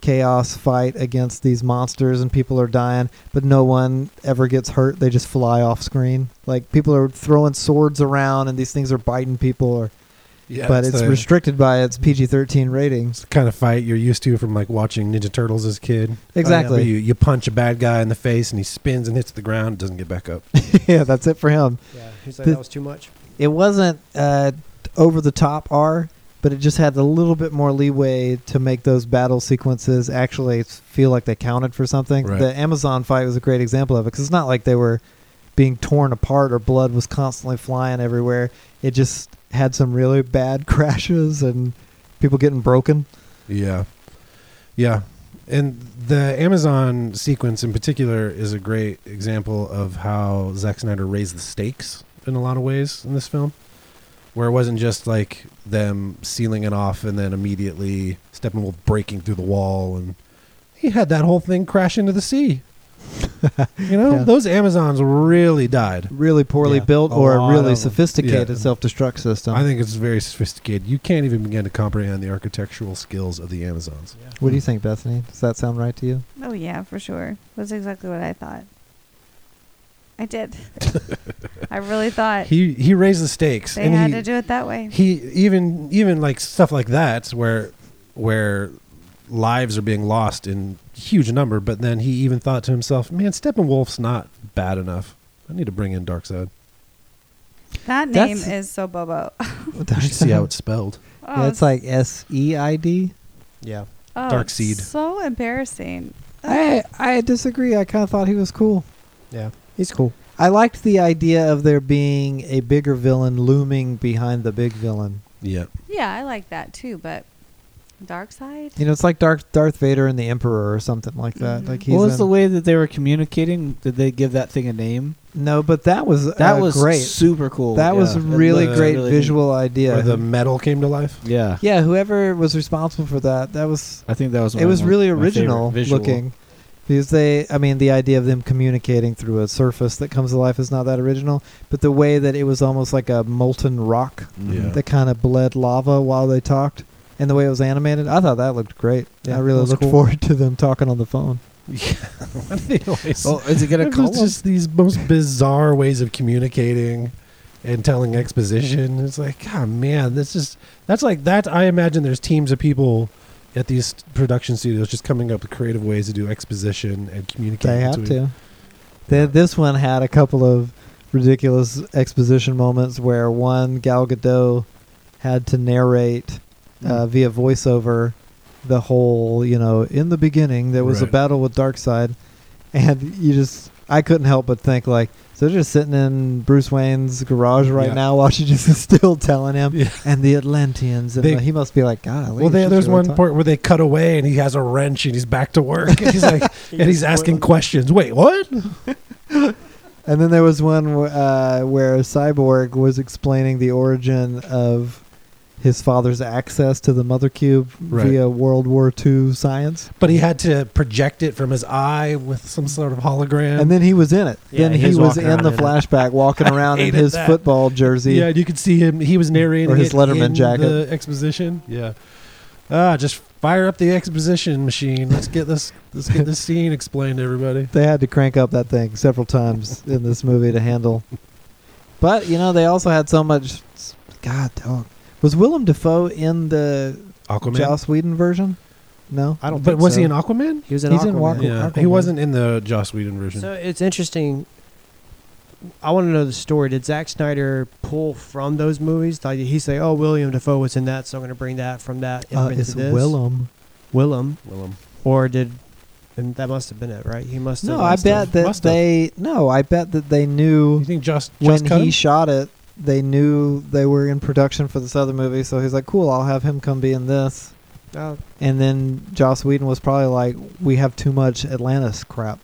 S3: chaos fight against these monsters and people are dying, but no one ever gets hurt. They just fly off screen. Like people are throwing swords around and these things are biting people or
S2: Yeah,
S3: but it's
S2: the, Oh,
S3: restricted by its PG-13 ratings.
S2: it's the kind of fight you're used to from like watching Ninja Turtles as a kid. Oh, Where
S3: Exactly.
S2: you you punch a bad guy in the face and he spins and hits the ground, doesn't get back up.
S3: yeah, that's it for him.
S4: Yeah, he's like
S3: The-
S4: that was too much.
S3: It wasn't uh, over the top R, but it just had a little bit more leeway to make those battle sequences actually s- feel like they counted for something.
S2: Right.
S3: The Amazon fight was a great example of it because it's not like they were being torn apart or blood was constantly flying everywhere. It just had some really bad crashes and people getting broken.
S2: Yeah. Yeah. And the Amazon sequence in particular is a great example of how Zack Snyder raised the stakes in a lot of ways in this film. Where it wasn't just like them sealing it off and then immediately Steppenwolf breaking through the wall and he had that whole thing crash into the sea. you know,
S3: Yeah.
S2: those Amazons really died.
S3: Really poorly
S1: Yeah,
S3: built
S1: a
S3: or a
S1: lot
S3: really
S1: of 'em.
S3: sophisticated
S2: Yeah.
S3: self-destruct system.
S2: I think it's very sophisticated. You can't even begin to comprehend the architectural skills of the Amazons.
S3: what do you think, Bethany? Does that sound right to you?
S5: Oh yeah, for sure. That's exactly what I thought. I did. I really thought
S2: He he raised the stakes.
S5: they
S2: and
S5: had
S2: he,
S5: to do it that way.
S2: he even even like stuff like that where where lives are being lost in huge number but then he even thought to himself man steppenwolf's not bad enough i need to bring in darkseid
S5: That name
S3: That's-
S5: is so bobo. Oh,
S2: i should see how it's spelled
S3: Yeah, it's like S E I D.
S4: Yeah.
S5: oh,
S2: dark
S5: it's
S2: seed.
S5: So embarrassing.
S3: I I disagree. I kind of thought he was cool.
S4: Yeah. He's cool.
S3: I liked the idea of there being a bigger villain looming behind the big villain.
S2: yeah
S5: Yeah, I like that too, but dark side.
S3: You know, it's like Darth Darth Vader and the Emperor or something like that.
S5: Mhm.
S3: Like he's
S1: What was the
S3: in-
S1: way that they were communicating? Did they give that thing a name?
S3: no, but that was
S1: That
S3: uh,
S1: was
S3: great.
S1: super cool.
S3: that was
S2: yeah.
S3: really
S2: The-
S3: great
S1: really-
S3: visual idea.
S2: where the metal came to life
S1: yeah.
S3: yeah, whoever was responsible for that, that was
S1: I think that was.
S3: it was
S1: my-
S3: really
S1: my favorite
S3: original
S1: visual.
S3: looking. Because they, I mean, the idea of them communicating through a surface that comes to life is not that original, but the way that it was almost like a molten rock
S1: Mm-hmm.
S2: Yeah.
S3: that kind of bled lava while they talked, and the way it was animated, I thought that looked great.
S4: Yeah,
S3: I
S4: that
S3: really
S4: was
S3: looked
S4: cool.
S3: forward to them talking on the phone.
S2: Anyways,
S1: Oh, is it gonna
S2: it
S1: call
S2: was just these most bizarre ways of communicating and telling exposition.
S3: Mm-hmm.
S2: It's like, God, man, this is that's like that. I imagine there's teams of people at these production studios just coming up with creative ways to do exposition and communicate.
S3: They had
S2: between-
S3: to. They, this one had a couple of ridiculous exposition moments where one Gal Gadot had to narrate
S2: Mm.
S3: uh, via voiceover the whole, you know, in the beginning there was a
S2: Right.
S3: battle with Darkseid, and you just. I couldn't help but think like so they're just sitting in Bruce Wayne's garage right
S2: Yeah.
S3: now while she just is still telling him
S2: Yeah.
S3: and the Atlanteans and
S2: They-
S3: he must be like God.
S2: Well, they, there's one part where they cut away and he has a wrench and he's back to work. And he's like, and he's asking questions. Wait, what?
S3: And then there was one wh- uh, where Cyborg was explaining the origin of his father's access to the Mother Cube
S2: Right.
S3: via World War II science.
S2: But he had to project it from his eye with some sort of hologram.
S3: And then he was in it.
S4: Yeah,
S3: then
S4: he
S3: he
S4: was
S3: was
S4: walking
S3: in
S4: around
S3: the
S4: in it.
S3: flashback, walking around in
S2: hated
S3: his
S2: that.
S3: football jersey.
S2: yeah, and you could see him. He was narrating
S3: Or his
S2: it
S3: Letterman
S2: in
S3: jacket.
S2: The exposition. Yeah. Ah, just fire up the exposition machine. Let's get this. Let's get this scene explained to everybody.
S3: They had to crank up that thing several times in this movie to handle. But you know, they also had so much. God, dog. Was Willem Dafoe in the
S2: Aquaman.
S3: Joss Whedon version? No,
S4: I don't.
S2: but
S4: think
S2: was
S4: so.
S2: he in Aquaman?
S4: He was in
S3: He's
S4: Aquaman.
S3: in Aquaman.
S2: Yeah,
S3: Aquaman.
S2: he wasn't in the Joss Whedon version.
S4: So it's interesting. I want to know the story. Did Zack Snyder pull from those movies? Like did he say, "Oh, William Defoe was in that, so I'm going to bring that from that." and
S3: Uh,
S4: bring
S3: it's
S4: this.
S3: Willem.
S4: Willem,
S2: Willem.
S4: or did? And that must have been it, right? He must. have
S3: No, I
S4: must have-
S3: bet that
S2: Must have.
S3: they no, I bet that they
S2: You
S3: knew
S2: think Joss Joss
S3: when
S2: cut
S3: he
S2: him?
S3: shot it, they knew they were in production for this other movie. So he's like, "Cool, I'll have him come be in this."
S4: Oh,
S3: And then Joss Whedon was probably like, "We have too much Atlantis crap.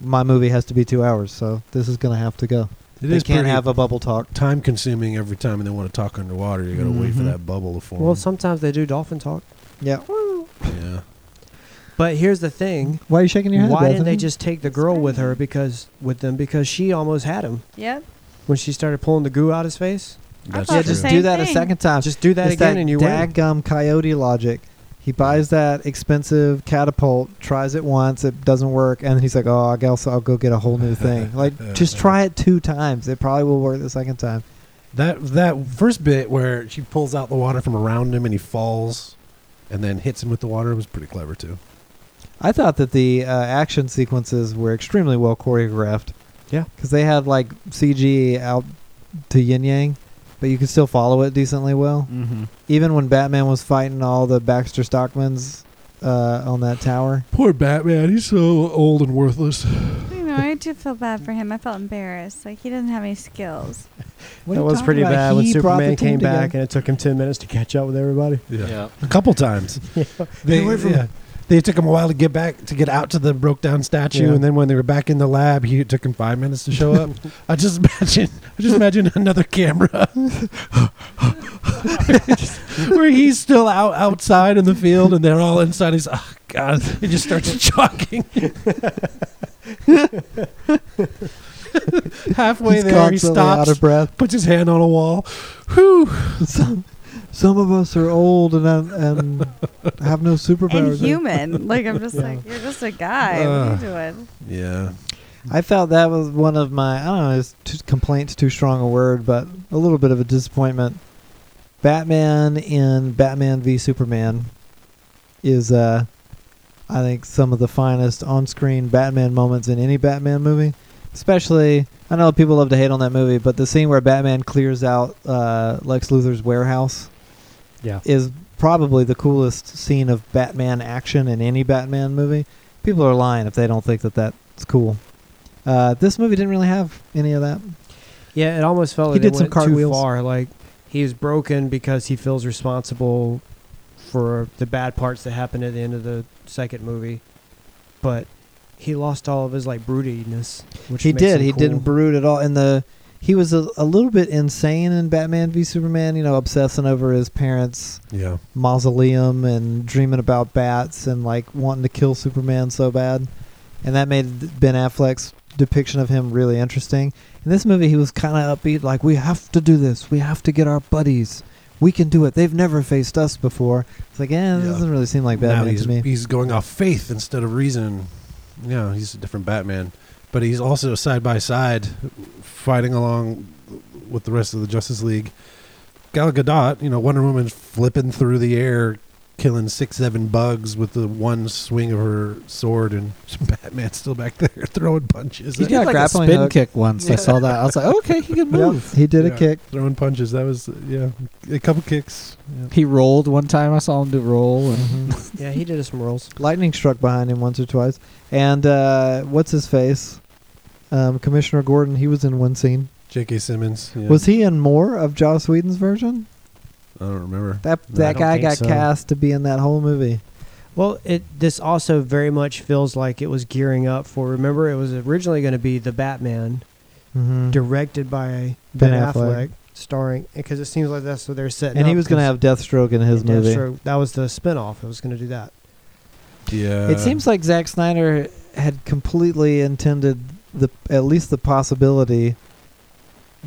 S3: My movie has to be two hours, so this is gonna have to go.
S2: It
S3: they
S2: is
S3: can't
S2: pretty
S3: have a bubble talk."
S2: time consuming every time they want to talk underwater. You got to wait for
S3: Mhm.
S2: that bubble to form.
S4: well, sometimes they do dolphin talk.
S3: Yeah.
S2: yeah.
S4: But here's the thing:
S3: Why are you shaking your head?
S4: why didn't
S3: Bethany?
S4: they just take the girl with her? Because with them, because she almost had him
S5: Yep.
S4: when she started pulling the goo out his face.
S2: That's
S5: thought
S3: yeah
S5: the
S3: just
S5: same
S3: do that a
S5: thing.
S3: second time?
S4: Just do that
S3: Uh, It's
S4: again, and you win.
S3: daggum coyote logic. He buys that expensive catapult, tries it once, it doesn't work, and he's like, "Oh, I guess I'll go get a whole new thing." Like, just try it two times; it probably will work the second time.
S2: That that first bit where she pulls out the water from around him and he falls, and then hits him with the water was pretty clever too.
S3: I thought that the uh, action sequences were extremely well choreographed.
S4: Yeah.
S3: because they had like CG out to yin yang, but you could still follow it decently well.
S1: Mm-hmm.
S3: Even when Batman was fighting all the Baxter Stockmans uh, on that tower,
S2: Poor Batman, he's so old and worthless.
S5: I know. I do feel bad for him. I felt embarrassed. Like he doesn't have any skills.
S3: What are
S4: that
S3: you
S4: was
S3: talking
S4: pretty
S3: about?
S4: bad when
S3: He brought the
S4: Superman
S3: team
S4: came back
S3: together.
S4: and it took him 10 minutes to catch up with everybody.
S2: Yeah.
S7: Yeah.
S2: a couple times. They
S4: Away from-
S2: yeah. They took him a while to get back to get out to the broke down statue,
S4: Yeah.
S2: and then when they were back in the lab, he it took him five minutes to show up. I just imagine, I just imagine another camera where he's still out outside in the field, and they're all inside. He's oh god, he just starts jogging. Halfway
S3: He's
S2: there, he
S3: constantly out
S2: stops,
S3: of breath.
S2: puts his hand on a wall. Whew.
S3: some some of us are old and and have no
S5: And
S3: superpowers.
S5: human. like I'm just
S3: Yeah.
S5: like you're just a guy.
S2: Ugh.
S5: what are you doing?
S2: Yeah.
S3: I felt that was one of my I don't know is t- complaints too strong a word, but a little bit of a disappointment. Batman in Batman v Superman is uh I think some of the finest on-screen Batman moments in any Batman movie. Especially, I know people love to hate on that movie, but the scene where Batman clears out uh, Lex Luthor's warehouse
S4: Yeah.
S3: is probably the coolest scene of Batman action in any Batman movie. People are lying if they don't think that that's cool. Uh, this movie didn't really have any of that.
S4: Yeah, it almost felt
S3: He
S4: like
S3: did
S4: it
S3: some
S4: went too
S3: cartwheels.
S4: far. Like he was broken because he feels responsible for the bad parts that happened at the end of the second movie, but he lost all of his like broodiness. Which
S3: he
S4: makes
S3: did.
S4: him
S3: He
S4: cool.
S3: didn't brood at all. And the he was a, a little bit insane in Batman v Superman. You know, obsessing over his parents'
S2: Yeah.
S3: mausoleum and dreaming about bats and like wanting to kill Superman so bad. and that made Ben Affleck's depiction of him really interesting. In this movie, he was kind of upbeat, like we have to do this, we have to get our buddies, we can do it. They've never faced us before. It's like, eh, this
S2: Yeah.
S3: doesn't really seem like
S2: now
S3: Batman
S2: he's,
S3: to me.
S2: he's going off faith instead of reason. Yeah, he's a different Batman, but he's also side by side fighting along with the rest of the Justice League. Gal Gadot, you know, Wonder Woman flipping through the air, killing six, seven bugs with the one swing of her sword, and Batman's still back there throwing
S3: He's
S2: punches,
S1: He
S2: at-
S1: did
S3: got
S1: like a
S3: grappling
S1: spin
S3: hook.
S1: kick once. I saw that. I was like, okay, he can
S3: Yeah,
S1: move.
S3: he did
S2: Yeah.
S3: a kick.
S2: throwing punches. That was yeah, a couple kicks. Yeah.
S1: He rolled one time. I saw him do roll. And
S4: Yeah, he did us some rolls.
S3: Mm-hmm. Lightning struck behind him once or twice. And uh, what's his face? Um, Commissioner Gordon. He was in one scene.
S2: J.K. Simmons yeah.
S3: Was he in more of Joss Whedon's version?
S2: I don't remember.
S3: That
S2: No, I
S3: that
S4: don't
S3: guy
S4: think
S3: got
S4: so.
S3: cast to be in that whole movie.
S4: Well, it this also very much feels like it was gearing up for. Remember, it was originally going to be the Batman,
S3: Mm-hmm.
S4: directed by
S3: Ben
S4: Ben,
S3: Affleck.
S4: Affleck, starring because it seems like that's what they're setting.
S3: And he
S4: up,
S3: was going to have
S4: 'cause
S3: Deathstroke in his movie.
S4: Deathstroke- uh, That was the spinoff. It was going to do that.
S2: Yeah,
S3: It seems like Zack Snyder had completely intended the at least the possibility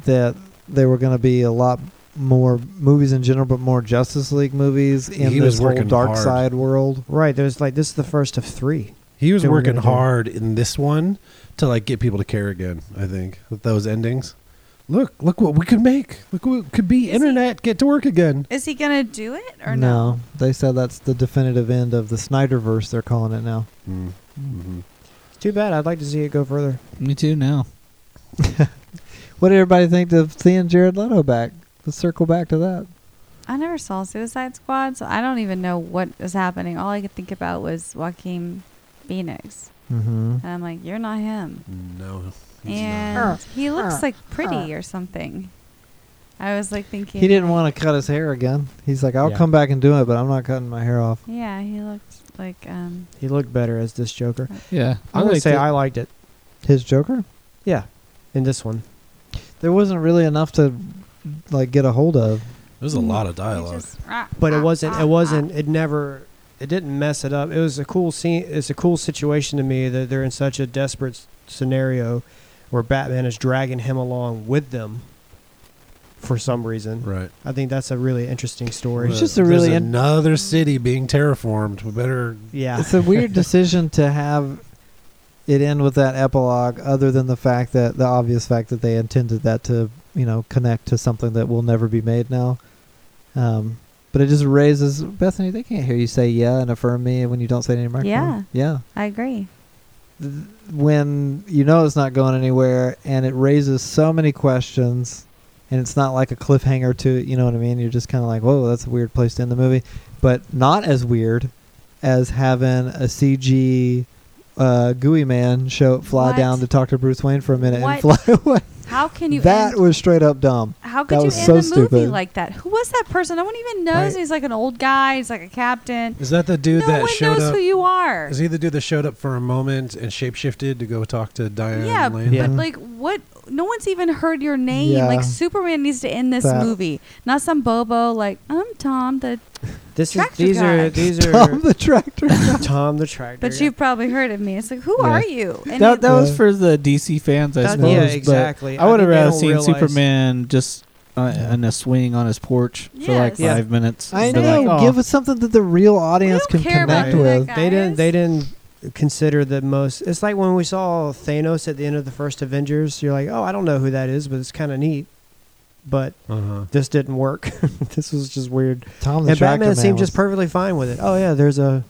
S3: that there were going to be a lot more movies in general, but more Justice League movies in
S2: He
S3: this
S2: was
S3: whole
S2: working
S3: Dark
S2: hard.
S3: Side world.
S4: Right. There's like this is the first of three.
S2: He was
S4: they were
S2: working
S4: gonna do.
S2: hard in this one to like get people to care again. I think with those endings. Look! Look what we could make! Look what could be!
S5: Is he-
S2: Internet, get to work again.
S5: Is he gonna do it or
S3: no,
S5: no?
S3: they said that's the definitive end of the Snyderverse. They're calling it now.
S2: Mm-hmm.
S4: It's too bad. I'd like to see it go further.
S1: me too now.
S3: What did everybody think of seeing Jared Leto back? Let's circle back to that.
S5: I never saw Suicide Squad, so I don't even know what is happening. All I could think about was Joaquin Phoenix,
S3: Mm-hmm.
S5: and I'm like, you're not him.
S2: No.
S5: And he looks like pretty or something. I was like thinking
S3: He didn't want to cut his hair again. He's like, I'll
S4: Yeah.
S3: come back and do it, but I'm not cutting my hair off.
S5: Yeah, he looked like um.
S4: He looked better as this Joker.
S1: Yeah, I
S4: I'm going to
S1: liked
S4: say
S1: it.
S4: I liked it.
S3: His Joker.
S4: Yeah. In this one.
S3: there wasn't really enough to like get a hold of.
S2: There's a lot of
S5: he
S2: dialogue.
S5: just- ah,
S4: but
S5: ah,
S4: it wasn't
S5: ah,
S4: it wasn't
S5: ah.
S4: it never it didn't mess it up it was a cool scene it's a cool situation to me that they're in such a desperate s- scenario where batman is dragging him along with them for some reason
S2: Right.
S4: i think that's a really interesting story
S3: It's just a really
S2: There's
S3: in-
S2: another city being terraformed. We better.
S4: yeah
S3: It's a weird decision to have it end with that epilogue, other than the fact that the obvious fact that they intended that to you know connect to something that will never be made now. Um, but it just raises Bethany. They can't hear you say yeah and affirm me when you don't say it in your microphone.
S5: Yeah.
S3: yeah.
S5: I agree.
S3: Th- When you know it's not going anywhere, and it raises so many questions, and it's not like a cliffhanger to it. You know what I mean? You're just kind of like, whoa, that's a weird place to end the movie, but not as weird as having a CG uh, gooey man show fly
S5: What?
S3: down to talk to Bruce Wayne for a minute and
S5: What?
S3: fly away.
S5: How can you
S3: that
S5: end,
S3: was straight up dumb.
S5: how
S3: that
S5: could you end
S3: was so
S5: a movie
S3: stupid.
S5: like that? Who was that person? No one even knows.
S2: Right.
S5: He's like an old guy. He's like a captain.
S2: Is that the dude
S5: no
S2: that
S5: one
S2: showed
S5: knows
S2: up?
S5: who you are.
S2: Is he the dude that showed up for a moment and shapeshifted to go talk to Diane
S5: Yeah,
S2: Lane?
S3: Yeah.
S5: but like what? No one's even heard your name.
S3: Yeah.
S5: Like Superman needs to end this
S3: That-
S5: movie, not some bobo like I'm Tom the.
S4: this is
S5: Tractor
S4: these
S5: guy.
S4: are these
S3: Tom
S4: are
S3: the tractor.
S4: tom the tractor
S5: But you've probably heard of me. It's like who
S1: Yeah.
S5: are you? And
S1: That, that
S3: Yeah.
S1: was for the DC fans, I
S4: That-
S1: suppose.
S4: yeah
S1: but
S4: exactly
S1: I would have
S4: think they
S1: rather
S4: don't
S1: seen
S4: realize-
S1: Superman just uh, in a swing on his porch for like
S5: Yes. Yeah.
S1: five minutes.
S3: I
S1: and be
S3: know.
S1: Like, "Oh,
S3: Give us something that the real audience
S5: don't
S3: can
S5: care about
S3: connect
S5: who that
S3: with.
S5: guy
S4: they didn't
S5: is.
S4: they didn't consider the most it's like when we saw thanos at the end of the first avengers you're like oh i don't know who that is but it's kind of neat but
S2: Uh-huh.
S4: this didn't work. this was just weird.
S3: Tom the
S4: and
S3: tractor
S4: Batman
S3: man
S4: seemed
S3: was-
S4: just perfectly fine with it. Oh yeah, there's a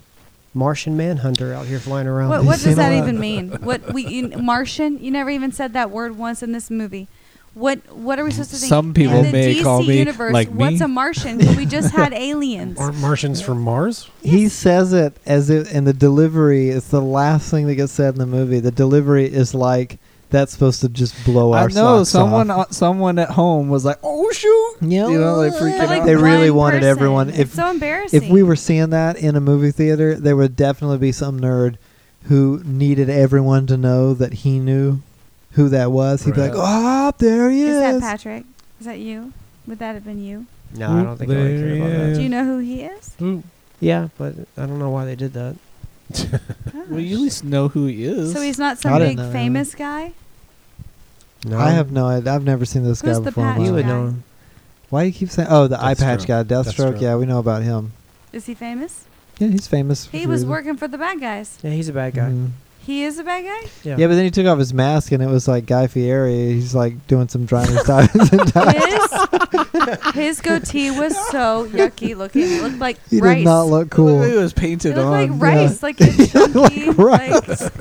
S4: Martian Manhunter out here flying around.
S5: What, what
S3: You
S5: does that
S3: know what?
S5: even mean? What we you, Martian? You never even said that word once in this movie. What What are we supposed to think?
S1: Some people
S5: in the
S1: may
S5: DC
S1: call me
S5: universe,
S1: like me.
S5: What's a Martian? 'Cause we just had aliens.
S2: Aren't Martians from Mars?
S3: He says it as if, and the delivery is the last thing that gets said in the movie. The delivery is like that's supposed to just blow
S1: I
S3: our.
S1: know
S3: socks
S1: someone.
S3: Off.
S1: uh, someone at home was like, "Oh shoot!"
S3: Yeah.
S1: You know, like freaking
S5: But, like,
S1: out.
S3: They really
S5: one
S3: wanted
S5: person.
S3: everyone- if-
S5: it's so embarrassing.
S3: If we were seeing that in a movie theater, there would definitely be some nerd who needed everyone to know that he knew who that was. He'd
S2: Right.
S3: be like, "Oh, there he
S5: is
S3: is."
S5: that Patrick? Is that you? Would that have been you?
S4: No, I don't think I would care about
S2: Yeah.
S4: that.
S5: Do you know who he is?
S2: Ooh.
S4: Yeah, but I don't know why they did that.
S1: Well, you at least know who he is.
S5: so he's not some
S3: I didn't
S5: big
S3: know that.
S5: famous guy.
S4: No,
S3: I have no idea. I've never seen this
S5: Who's
S3: guy
S5: the
S3: before. in my
S4: You
S5: patch
S3: life.
S4: would
S5: guy?
S4: know.
S3: Why do you keep saying? Oh, the eye patch
S2: Deathstroke.
S3: guy, Deathstroke.
S2: Deathstroke.
S3: Yeah, we know about him.
S5: Is he famous?
S3: Yeah, he's famous.
S5: He
S3: for
S5: was
S3: reason.
S5: working for the bad guys.
S4: Yeah, he's a bad guy.
S3: Mhm.
S5: He is a bad guy.
S4: Mm-hmm. Yeah.
S3: Yeah. but then he took off his mask and it was like Guy Fieri. He's like doing some driver's dives. and dives.
S5: His, his goatee was so yucky looking. It looked like
S3: He
S5: rice.
S3: did not look
S1: Look, It
S3: cool.
S1: was
S5: it
S1: painted
S5: looked like
S1: on.
S5: rice, like it's chunky.
S3: He looked like
S5: like-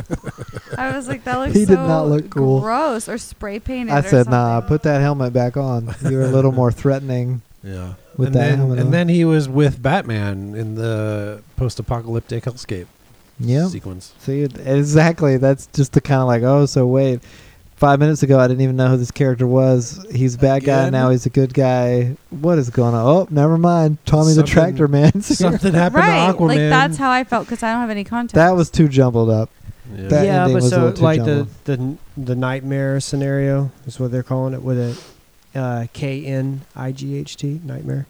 S5: I was like, that looks
S3: He
S5: so
S3: did not look cool.
S5: gross or spray painted.
S3: I
S5: or
S3: said, nah,
S5: something."
S3: put that helmet back on. You're a little more threatening
S2: Yeah.
S3: with
S2: and
S3: that
S2: then,
S3: helmet
S2: and
S3: on.
S2: then he was with Batman in the post-apocalyptic hellscape
S3: yeah.
S2: sequence.
S3: See, it- exactly. That's just the kind of like, oh, so wait. Five minutes ago, I didn't even know who this character was. He's a bad guy.
S1: Again?
S3: Now he's a good guy. What is going on? Oh, never mind. Tommy the
S2: Something-
S3: Tractor Man's here.
S2: Something happened
S5: right.
S2: to Aquaman.
S5: Like that's how I felt because I don't have any context.
S3: That was too jumbled up.
S2: yeah.
S3: that
S4: yeah,
S3: ending
S4: but
S3: was a
S4: so
S3: little too
S4: like the,
S3: jumbled.
S4: the the nightmare scenario is what they're calling it with a uh, K N I G H T nightmare.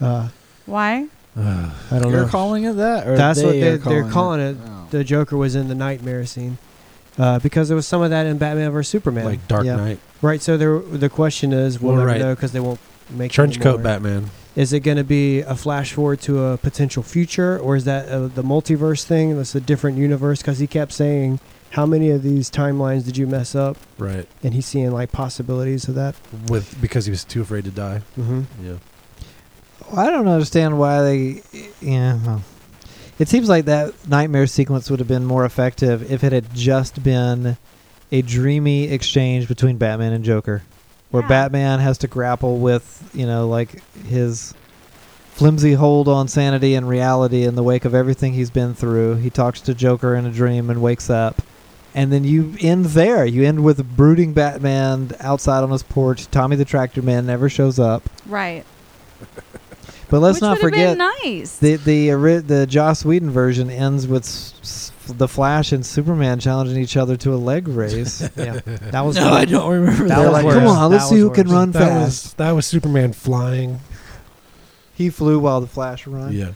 S4: Uh,
S5: Why?
S4: I don't
S1: You're
S4: know.
S1: calling it that, or
S4: That's what
S1: they
S4: they-
S1: are
S4: they're calling it.
S1: Oh.
S4: the Joker was in the nightmare scene uh, because there was some of that in Batman vs Superman.
S2: like Dark
S3: Yeah.
S2: Knight,
S4: right. So there, the question is, we'll
S2: Well,
S4: never
S2: right.
S4: know because they won't make
S2: trench
S4: it
S2: coat
S4: anymore.
S2: Batman.
S4: Is it going to be a flash forward to a potential future, or is that uh, the multiverse thing? That's a different universe because he kept saying, "How many of these timelines did you mess up?"
S2: Right.
S4: And he's seeing like possibilities of that.
S2: With because he was too afraid to die.
S4: Mm-hmm.
S2: Yeah.
S3: I don't understand why they. Yeah, well, it seems like that nightmare sequence would have been more effective if it had just been a dreamy exchange between Batman and Joker, where
S5: Yeah.
S3: Batman has to grapple with you know like his flimsy hold on sanity and reality in the wake of everything he's been through. He talks to Joker in a dream and wakes up. And then you end there. You end with brooding Batman outside on his porch. Tommy the Tractor Man never shows up.
S5: Right.
S3: But let's
S5: Which
S3: not
S5: would've
S3: forget
S5: Been nice.
S3: the the ori- the Joss Whedon version ends with s- s- the Flash and Superman challenging each other to a leg race.
S4: Yeah, that was
S1: Oh. No, I don't remember
S4: That
S3: They're
S4: was
S3: like,
S4: worse.
S3: come on,
S4: That
S3: let's see
S4: was
S3: who can
S4: worse.
S3: run
S2: That
S3: fast.
S2: was that was Superman flying.
S3: he flew while the Flash ran.
S2: Yeah.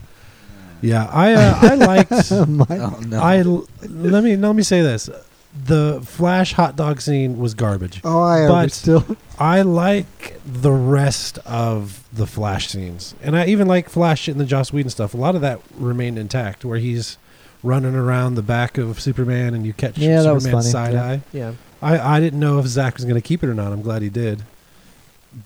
S2: Yeah. I uh, I liked.
S1: Oh, no.
S2: I l- let me let me say this: the Flash hot dog scene was garbage.
S3: Oh, I am
S2: But-
S3: still.
S2: I like the rest of the Flash scenes, and I even like Flash in the Joss Whedon stuff. A lot of that remained intact, where he's running around the back of Superman, and you catch
S3: Yeah, that was
S2: Superman's
S3: funny,
S2: side
S3: yeah.
S2: eye.
S4: yeah.
S2: I, I didn't know if Zach was going to keep it or not. I'm glad he did.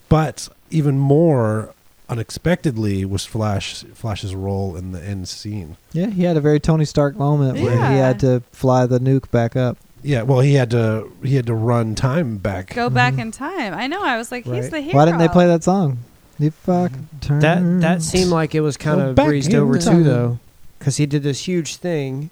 S2: But even more unexpectedly was Flash Flash's role in the end scene.
S3: Yeah, he had a very Tony Stark moment where he
S5: Yeah.
S3: had to fly the nuke back up.
S2: Yeah, well, he had to he had to run time back.
S5: Go back
S3: Mhm.
S5: in time. I know. I was like, he's
S4: Right.
S5: the hero.
S3: Why didn't they play that song? You fuck turn.
S4: Mm-hmm. That that seemed like it was kind
S2: Well,
S4: of
S2: back
S4: breezed
S2: in
S4: over
S2: time.
S4: too, though, because he did this huge thing,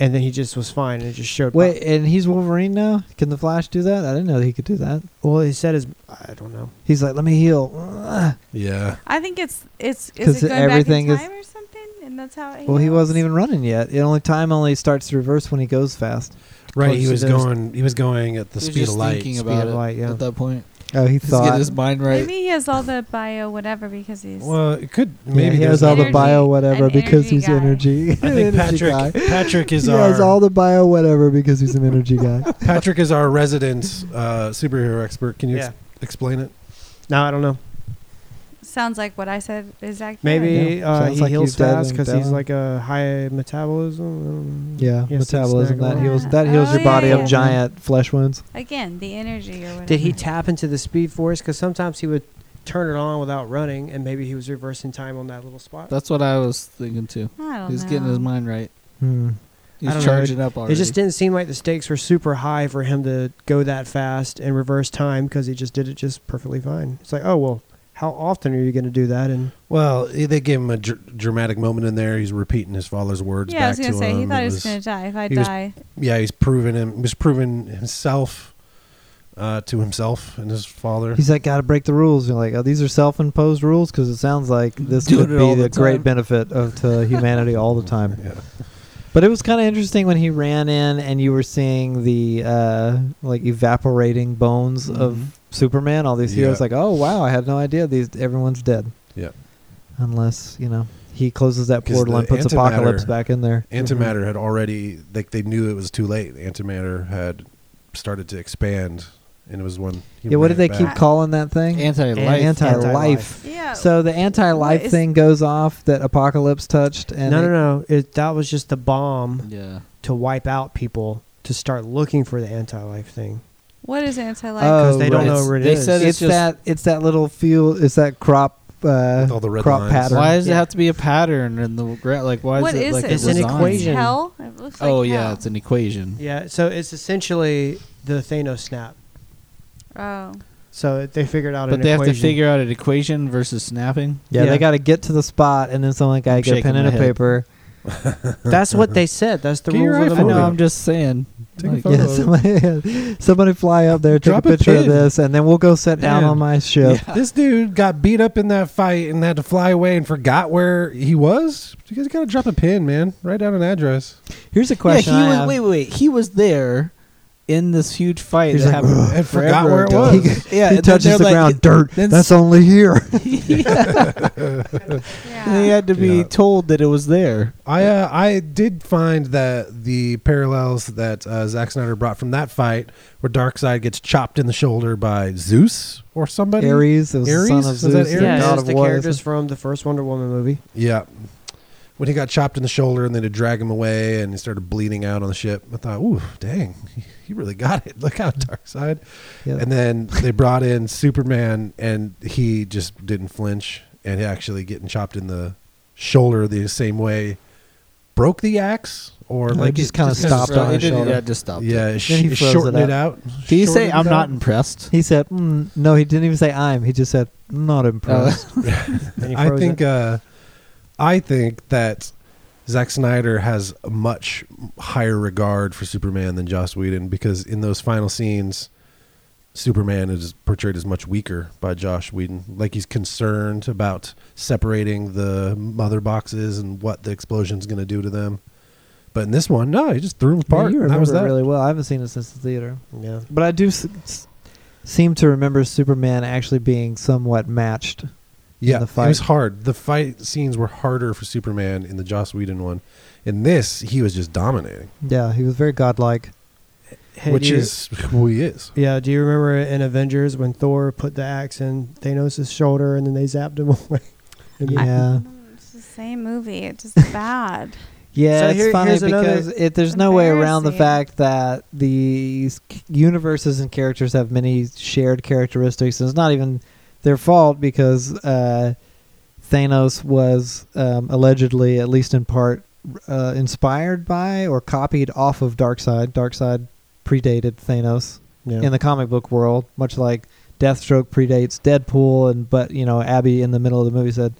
S4: and then he just was fine and it just showed.
S3: Wait, and he's Wolverine now. Can the Flash do that? I didn't know he could do that.
S4: well, he said his. I don't know.
S3: He's like, let me heal. Ugh.
S2: Yeah,
S5: I think it's it's
S3: 'Cause
S5: is it going
S3: everything is-
S5: back in time or something, and that's how. It
S3: Well, he
S5: heals?
S3: wasn't even running yet. The only time only starts to reverse when he goes fast.
S2: right.
S4: Close
S2: He
S4: to
S2: was
S4: those-
S2: going he was going at the
S1: He was
S2: speed of
S1: just
S2: light.
S1: thinking
S4: Speed
S1: about
S4: of
S1: it
S4: light, yeah.
S1: at that point.
S3: Oh, he
S1: He's getting
S3: thought.
S1: his mind right.
S5: Maybe he has all the bio whatever because he's.
S2: Well, it could
S3: yeah,
S2: maybe
S3: he
S2: there's
S3: has all the
S5: energy-
S3: bio whatever
S5: an
S3: because
S5: energy
S3: he's
S5: guy.
S3: energy.
S2: I think Patrick Patrick is
S3: he
S2: our
S3: has all the bio whatever because he's an energy guy.
S2: Patrick is our resident uh, superhero expert. Can you ex- explain it?
S4: No, I don't know.
S5: Sounds like what I said is accurate.
S4: Maybe
S3: Yeah.
S4: uh,
S3: Sounds
S4: he
S3: like
S4: heals
S3: you've died
S4: fast
S3: in
S4: because he's
S3: Devon.
S4: like a high metabolism. I don't know.
S3: Yeah,
S4: Yes, it's
S3: metabolism
S4: snaggable.
S3: that heals
S5: Yeah.
S3: that heals
S5: Oh,
S3: your body
S5: yeah,
S3: of
S5: yeah.
S3: giant flesh wounds.
S5: Again, the energy or whatever.
S4: Did
S1: Mm-hmm.
S4: he tap into the Speed Force? Because sometimes he would turn it on without running, and maybe he was reversing time on that little spot.
S1: That's what I was thinking too.
S5: I don't
S1: He's
S5: know.
S1: getting his mind right.
S3: Hmm.
S4: I don't
S1: He's
S4: know.
S1: charging up already.
S4: It just didn't seem like the stakes were super high for him to go that fast and reverse time because he just did it just perfectly fine. It's like, oh well, how often are you going to do that? And
S2: Well, eh, they gave him a dr- dramatic moment in there. He's repeating his father's words
S5: Yeah, I was
S2: back
S5: gonna
S2: to
S5: say
S2: him.
S5: he thought
S2: It
S5: he was gonna die. If I
S2: he was-
S5: die,
S2: yeah, he's proven him. He's proven himself uh, to himself and his father.
S3: He's like, gotta break the rules. You're like, oh, these are self-imposed rules because it sounds like this
S1: Doing
S3: could
S1: it all
S3: be the,
S1: the
S3: great
S1: time.
S3: benefit of to humanity all the time.
S2: yeah.
S3: But it was kind of interesting when he ran in and you were seeing the uh, like evaporating bones of
S1: Mhm.
S3: Superman. All these heroes,
S2: Yeah.
S3: like, oh wow, I had no idea these everyone's dead.
S2: Yeah.
S3: unless you know he closes that
S2: 'Cause
S3: portal
S2: the
S3: and puts
S2: antimatter-
S3: apocalypse back in there.
S2: Antimatter had already like they knew it was too late. Antimatter had started to expand, and it was one. he
S3: Yeah, what did
S2: ran
S3: they
S2: it back.
S3: keep calling that thing?
S1: Anti-life.
S3: Anti-life.
S5: Yeah.
S3: So the anti-life
S5: What is-
S3: thing goes off that apocalypse touched, and
S4: no,
S3: it-
S4: no, no. It, that was just the bomb
S1: Yeah.
S4: to wipe out people to start looking for the anti-life thing
S5: what is anti-life?
S3: Oh,
S4: because they don't
S3: right.
S4: know where it is.
S1: They said
S3: it's,
S1: It's just-
S3: that it's that little fuel. It's that crop. Uh,
S2: With all the red
S3: crop
S2: lines.
S3: pattern.
S1: Why does
S4: Yeah.
S1: it have to be a pattern in the ground? Like, why
S5: what
S1: is it
S5: is
S1: like
S5: it?
S1: a
S4: It's an
S1: design?
S4: equation.
S5: Hell. It looks like
S1: Oh yeah,
S5: hell.
S1: it's an equation.
S4: yeah. So it's essentially the Thanos snap.
S5: oh.
S4: So it- they figured out
S1: But
S4: an
S1: they have
S4: equation.
S1: to figure out an equation versus snapping.
S3: Yeah,
S4: Yeah.
S3: they got to get to the spot, and then someone got to
S1: I'm
S3: get a pen
S1: shaking
S3: and a
S1: my head.
S3: paper.
S4: That's what they said. That's the
S2: Get your
S4: rules of
S2: iPhone
S4: the
S1: I know.
S2: yeah.
S4: movie.
S1: I'm just saying.
S2: Take a
S1: Like,
S5: Oh.
S2: photo.
S3: Yeah, somebody, somebody fly up there, take
S2: Drop
S3: a
S2: a
S3: picture of
S2: pin.
S3: this, and then we'll go sit down
S2: Man.
S3: on my ship.
S2: This dude got beat up in that fight and had to fly away and forgot where he was. You guys gotta drop a pin, man. Write down an address.
S3: Here's a question.
S1: yeah,
S3: I
S1: he was,
S3: have.
S1: wait, wait, wait. He was there in this huge fight
S3: He's
S1: that
S3: like,
S1: happened.
S2: And
S1: forever
S2: forgot where it
S1: ago.
S2: was.
S3: He-
S1: yeah, and
S3: he
S1: then
S3: touches
S1: they're
S3: the
S1: like-
S3: ground, dirt.
S1: then
S3: That's only here.
S1: yeah.
S5: Yeah.
S1: They had to be
S2: Yeah.
S1: told that it was there.
S2: I uh, I did find that the parallels that uh, Zack Snyder brought from that fight, where Darkseid gets chopped in the shoulder by Zeus or somebody.
S3: Ares, it was
S2: Ares?
S3: the son of
S2: Was that
S3: Zeus,
S2: Ares?
S3: the
S4: Yeah,
S2: God
S4: it's
S3: god of
S4: the
S3: war.
S4: characters from the first Wonder Woman movie.
S2: Yeah. When he got chopped in the shoulder and they had to drag him away and he started bleeding out on the ship, I thought, ooh, dang, he really got it. Look out, Darkseid.
S3: Yeah.
S2: And then they brought in Superman, and he just didn't flinch. And actually, getting chopped in the shoulder the same way broke the axe, or
S3: No,
S2: like
S3: he just kinda
S2: kinda
S3: stopped
S2: just-
S3: on
S1: it
S3: his
S1: didn't-
S3: shoulder.
S1: Yeah, just stopped.
S2: Yeah, it sh-
S3: he
S2: it
S3: froze it
S2: shortened it out.
S1: Did he say
S2: Shortened
S1: I'm
S2: it
S1: not
S2: out.
S1: impressed?
S3: He said, mm, "No, he didn't even say I'm." He just said, "Not impressed."
S4: And he
S2: I
S4: froze
S2: think
S4: it.
S2: uh, I think that Zack Snyder has a much higher regard for Superman than Joss Whedon because in those final scenes, Superman is portrayed as much weaker by Josh Whedon. Like he's concerned about separating the mother boxes and what the explosion's going to do to them. But in this one, no, he just threw them
S3: Yeah,
S2: apart.
S3: you
S2: and that
S3: remember
S2: was that.
S3: it really well. I haven't seen it since the theater,
S4: yeah.
S3: but I do s- s- seem to remember Superman actually being somewhat matched.
S2: Yeah,
S3: the
S2: it was
S3: fight.
S2: hard. The fight scenes were harder for Superman in the Joss Whedon one. In this, he was just dominating,
S3: Yeah, he was very godlike.
S4: Hey,
S2: which
S4: do you-
S2: is who he is.
S4: yeah. Do you remember in Avengers when Thor put the axe in Thanos' shoulder and then they zapped him away? And then-
S3: Yeah,
S5: It's the same movie. It's just bad.
S3: yeah.
S4: So
S3: it's
S4: here-
S3: funny
S4: here's another-
S3: because it, there's no way around the
S5: Embarrassing.
S3: fact that these c- universes and characters have many shared characteristics, and it's not even their fault because uh, Thanos was um, allegedly, at least in part, uh, inspired by or copied off of Darkseid. Darkseid predated Thanos
S4: yeah.
S3: in the comic book world, much like Deathstroke predates Deadpool, and but you know Abby in the middle of the movie said,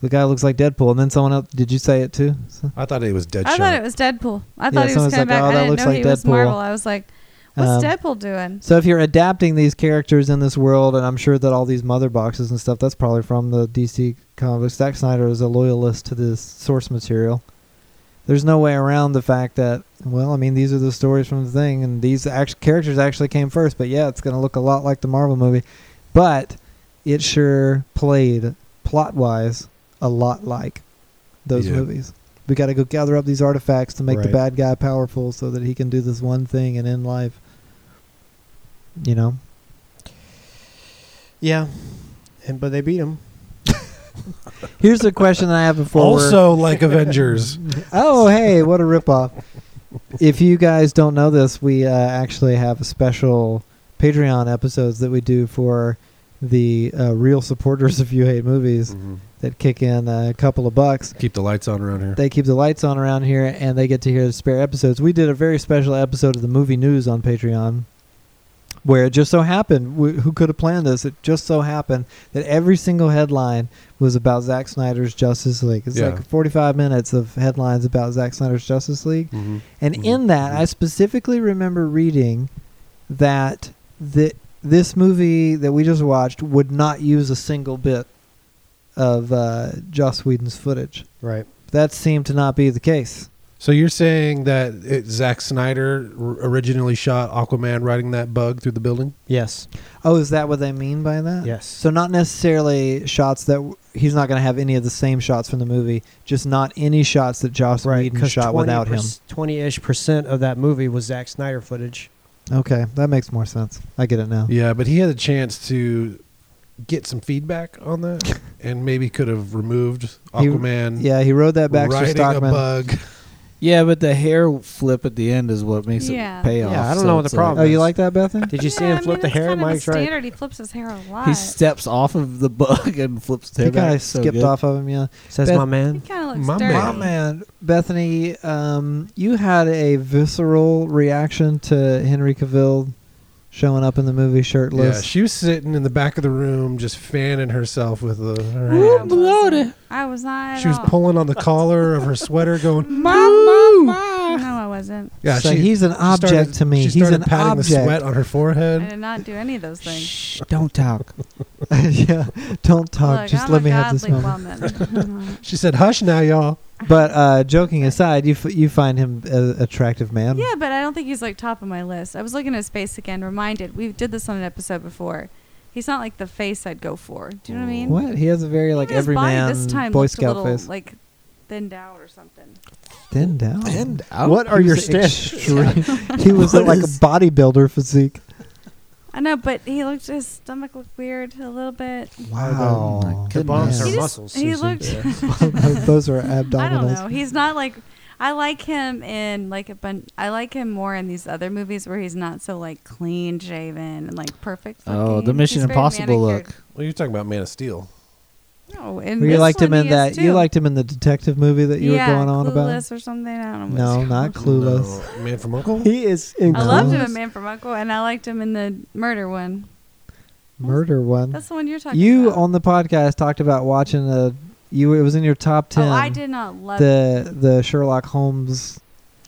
S3: "The guy looks like Deadpool," and then someone else did you say it too? So,
S2: I thought it was Deadshot.
S5: I thought it was Deadpool. I thought he was
S3: someone's like,
S5: coming back.
S3: "Oh,
S5: I
S3: that
S5: didn't
S3: looks
S5: know
S3: like
S5: he was
S3: Deadpool."
S5: Marvel. I was like, what's
S3: Um,
S5: Deadpool doing?
S3: so if you're adapting these characters in this world, and I'm sure that all these mother boxes and stuff, that's probably from the DC comics. Zack Snyder is a loyalist to this source material. There's no way around the fact that, well, I mean, these are the stories from the thing, and these act- characters actually came first. But yeah, it's going to look a lot like the Marvel movie, but it sure played plot-wise a lot like those
S2: Yeah.
S3: movies. We got to go gather up these artifacts to make the
S4: Right.
S3: bad guy powerful, so that he can do this one thing and end life. You know,
S4: yeah. And but they beat him.
S3: Here's the question that I have before. we're-
S2: also like Avengers.
S3: oh hey, what a ripoff! if you guys don't know this, we uh, actually have a special Patreon episodes that we do for the uh, real supporters of You Hate Movies that kick in a couple of bucks.
S2: Mm-hmm. Keep the lights on around here.
S3: They keep the lights on around here, and they get to hear the spare episodes. We did a very special episode of the movie news on Patreon, where it just so happened. wh- Who could have planned this? It just so happened that every single headline was about Zack Snyder's Justice League. It's
S2: Yeah.
S3: like 45 minutes of headlines about Zack Snyder's Justice League,
S2: Mhm.
S3: and
S2: Mhm.
S3: in that, I specifically remember reading that the this movie that we just watched would not use a single bit of uh, Joss Whedon's footage
S4: Right.
S3: that seemed to not be the case.
S2: So you're saying that it, Zack Snyder r- originally shot Aquaman riding that bug through the building?
S4: Yes.
S3: Oh, is that what they mean by that?
S4: Yes.
S3: So not necessarily shots that w- he's not going to have any of the same shots from the movie, just not any shots that Joss Whedon
S4: 'cause
S3: shot
S4: 20
S3: without him.
S4: Twenty-ish percent of that movie was Zack Snyder footage.
S3: Okay, that makes more sense. I get it now.
S2: Yeah, but he had a chance to get some feedback on that, and maybe could have removed
S3: He-
S2: Aquaman
S3: Yeah, he rode that Baxter
S2: riding a
S3: Stockman.
S2: bug.
S1: Yeah, but the hair flip at the end is what makes
S5: Yeah.
S1: it pay off.
S4: Yeah, I don't
S1: so
S4: know what
S1: it's
S4: the problem
S3: Oh, you
S4: is.
S3: like that, Bethan?
S4: Did you see him flip the hair? Mike's right.
S5: He flips his hair a lot.
S1: He steps off of the bug and flips
S3: I
S1: the hair
S3: think I
S1: back. so
S3: skipped
S1: good.
S3: off of him. Yeah.
S4: Says
S3: Beth-
S4: my man.
S5: kind of looks
S2: My
S5: dirty.
S2: man.
S3: Oh man, Bethany, um, you had a visceral reaction to Henry Cavill showing up in the movie
S2: Yeah,
S3: shirtless.
S2: she was sitting in the back of the room, just fanning herself with the, her
S5: I
S2: hand.
S5: wasn't. I was not. at
S2: She was
S5: all.
S2: pulling on the collar of her sweater, going,
S5: No, I wasn't.
S2: "Yeah,
S3: so
S2: she,
S3: he's an
S2: she
S3: object
S2: started-
S3: to me.
S2: She
S3: He's an
S2: started patting
S3: object.
S2: the sweat on her
S5: I
S2: forehead.
S5: did not do any of those things.
S1: Shh, don't talk.
S3: yeah, don't talk.
S5: Look,
S3: Oh, Just
S5: I'm
S3: let
S5: a
S3: me have this
S5: godly
S3: moment.
S5: woman.
S2: She said, "Hush now, y'all."
S3: But uh, joking aside, you f- you find him an attractive man.
S5: yeah, but I don't think he's like top of my list. I was looking at his face again, reminded. We did this on an episode before. He's not like the face I'd go for. Do you know what I mean?
S3: What? He has a very like
S5: Even his
S3: every
S5: body
S3: man
S5: this time
S3: Boy
S5: looked a
S3: Scout
S5: little,
S3: face.
S5: like thinned out or something.
S3: Thin down.
S1: And
S3: What are
S1: He
S3: your
S1: was
S3: stats?
S1: extreme.
S3: He was
S1: What
S3: like a
S1: is-
S3: bodybuilder physique.
S5: I know, but he looked his stomach looked weird a little bit.
S1: Wow.
S3: Oh my
S4: The bombs
S5: He
S4: are
S5: just-
S4: muscles.
S5: he
S4: Susan.
S5: looked-
S4: Yeah.
S3: Those are
S5: I don't
S3: abdominals.
S5: know. He's not like I like him in like a bun. I like him more in these other movies where he's not so like clean shaven and like perfect.
S1: Oh,
S5: looking.
S1: the Mission
S5: He's very
S1: Impossible
S5: manicured.
S1: look.
S2: Well, you're talking about Man of Steel.
S5: No, in
S3: Well, you
S5: this
S3: liked him
S5: one
S3: in
S5: he is
S3: that. You
S5: too.
S3: liked him in the detective movie that you
S5: yeah,
S3: were going on about.
S5: Clueless or something. I don't know. what
S3: No,
S5: it's
S3: not
S5: called.
S3: clueless.
S2: No, Man from Uncle.
S3: He is. In
S5: I loved him
S3: Clueless.
S5: in Man from Uncle, and I liked him in the murder one.
S3: Murder one.
S5: That's the one you're talking
S3: You
S5: about.
S3: on the podcast talked about watching a. You it was in your top ten.
S5: Oh, I did not love it.
S3: The the Sherlock Holmes.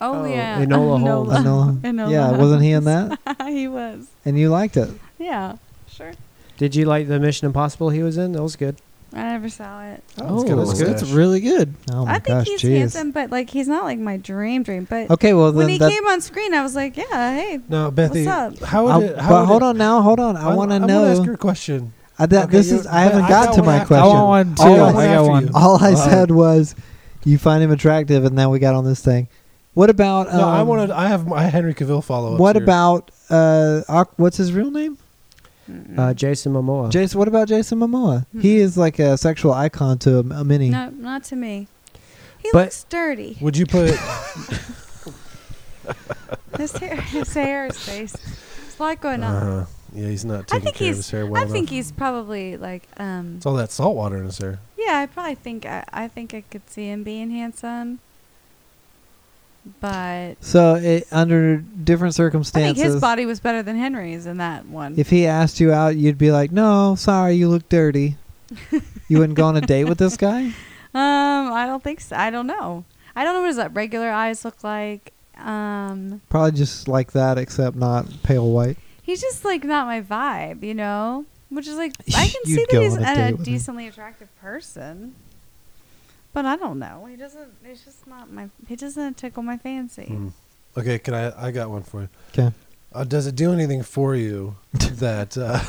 S5: Oh,
S4: Oh,
S5: yeah,
S4: Enola Holmes.
S5: Enola.
S3: Enola-
S5: Enola
S3: yeah, wasn't he in that?
S5: he was.
S3: And you liked it.
S5: Yeah, sure.
S4: Did you like the Mission Impossible he was in? That was good.
S5: I never saw it.
S2: Oh, it's got a
S1: that's good. That's
S2: mustache.
S1: really good.
S3: Oh my
S5: I think
S3: gosh,
S5: he's
S3: jeez.
S5: handsome, but like he's not like my dream dream. But
S3: Okay, well
S5: when
S3: then
S5: he
S3: that,
S5: came on screen, I was like, yeah, hey,
S2: No, Bethy.
S5: What's up?
S2: How would
S3: I'll-
S2: it? How
S3: but
S2: would
S3: hold
S2: it-
S3: on now, hold on. I want to
S2: wanna
S3: know.
S2: ask her a question.
S3: I, that,
S2: Okay,
S3: this
S2: you're-
S3: is I
S2: but
S3: haven't
S2: I
S3: got
S2: got
S3: to
S2: one
S3: my
S2: after you.
S3: question.
S1: I want one too.
S3: All I-
S1: I
S2: after
S1: got one.
S2: you.
S3: All I
S2: Uh,
S3: said was, you find him attractive, and now we got on this thing. What about? Um,
S2: No, I want to. I have my Henry Cavill follow up.
S3: What about? Uh, Aqu- what's his real name?
S5: Mm-mm.
S3: Mm.
S4: Uh, Jason Momoa.
S3: Jason. What about Jason Momoa?
S5: Hmm.
S3: He is like a sexual icon to a, a many.
S5: no, not to me. He
S4: But-
S5: looks dirty.
S2: Would you put?
S5: His hair, his hair, his face. There's a lot going on.
S2: uh, yeah, he's not taking
S5: think
S2: care of
S5: he's-
S2: his hair well
S5: I
S2: enough.
S5: think he's probably like, um,
S2: it's all that salt water in his hair.
S5: yeah, I probably think I, I think I could see him being handsome, but
S3: So it, under different
S5: I think
S3: circumstances,
S5: his body was better than Henry's in that one.
S3: if he asked you out, you'd be like, "No, sorry, you look dirty." you wouldn't go on a date with this guy.
S5: Um, I don't think so. I don't know. I don't know what his like, regular eyes look like. Um,
S3: Probably just like that, except not pale white.
S5: he's just like not my vibe, you know. Which is like I can
S3: You'd
S5: see that
S3: go
S5: he's
S3: on a
S5: a,
S3: date
S5: a
S3: with him.
S5: decently attractive person, but I don't know. He doesn't. It's just not my. He doesn't tickle my fancy.
S2: Hmm. Okay, can I? I got one for you.
S3: 'Kay.
S2: Uh, does it do anything for you that uh,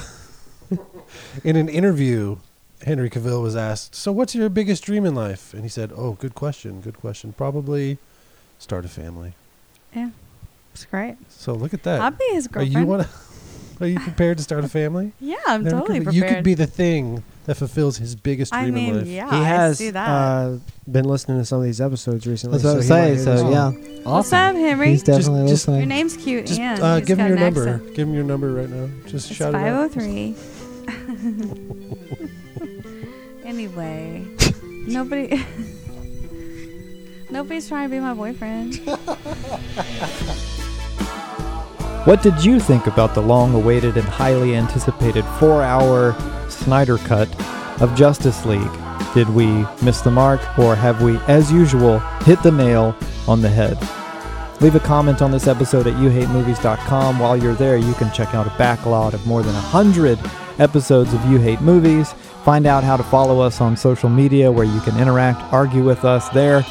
S2: in an interview, Henry Cavill was asked, "So, what's your biggest dream in life?" And he said, "Oh, good question. Good question. Probably start a family."
S5: Yeah, it's great.
S2: So look at
S5: I'll
S2: that.
S5: be his
S2: Are
S5: girlfriend.
S2: you want? Are you prepared to start a family?
S5: yeah, I'm
S2: Henry
S5: totally
S2: Cavill?
S5: prepared.
S2: You could be the thing that fulfills his biggest dream
S5: I mean,
S2: in life.
S5: yeah,
S4: he has
S5: I see that.
S4: uh, been listening to some of these episodes recently.
S3: That's what I was
S4: he might
S3: saying.
S4: hear
S3: So
S4: this one.
S3: yeah,
S5: What's up, Henry?
S3: he's definitely
S2: just-
S5: Your
S3: listening.
S5: name's cute,
S2: Just
S5: and
S2: uh,
S5: he's
S2: give him
S5: got
S2: your
S5: an
S2: number.
S5: accent.
S2: Give him your number right now. Just
S5: It's
S2: shout it out.
S5: 503. anyway, nobody. Nobody's trying to be my boyfriend.
S6: What did you think about the long awaited and highly anticipated four hour Snyder cut of Justice League? Did we miss the mark, or have we, as usual, hit the nail on the head? Leave a comment on this episode at youhatemovies.com. While you're there, you can check out a backlog of more than 100 episodes of You Hate Movies. Find out how to follow us on social media where you can interact, argue with us there.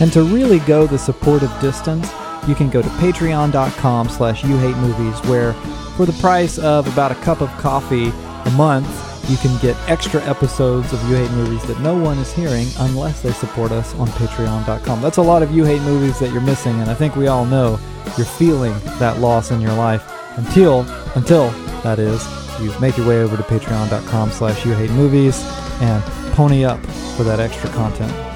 S3: And to really go the supportive distance, you can go to patreon.com slash you hate movies where for the price of about a cup of coffee a month, you can get extra episodes of You Hate Movies that no one is hearing unless they support us on patreon.com. That's a lot of You Hate Movies that you're missing, and I think we all know you're feeling that loss in your life until, until, that is, you make your way over to patreon.com slash you hate movies and pony up for that extra content.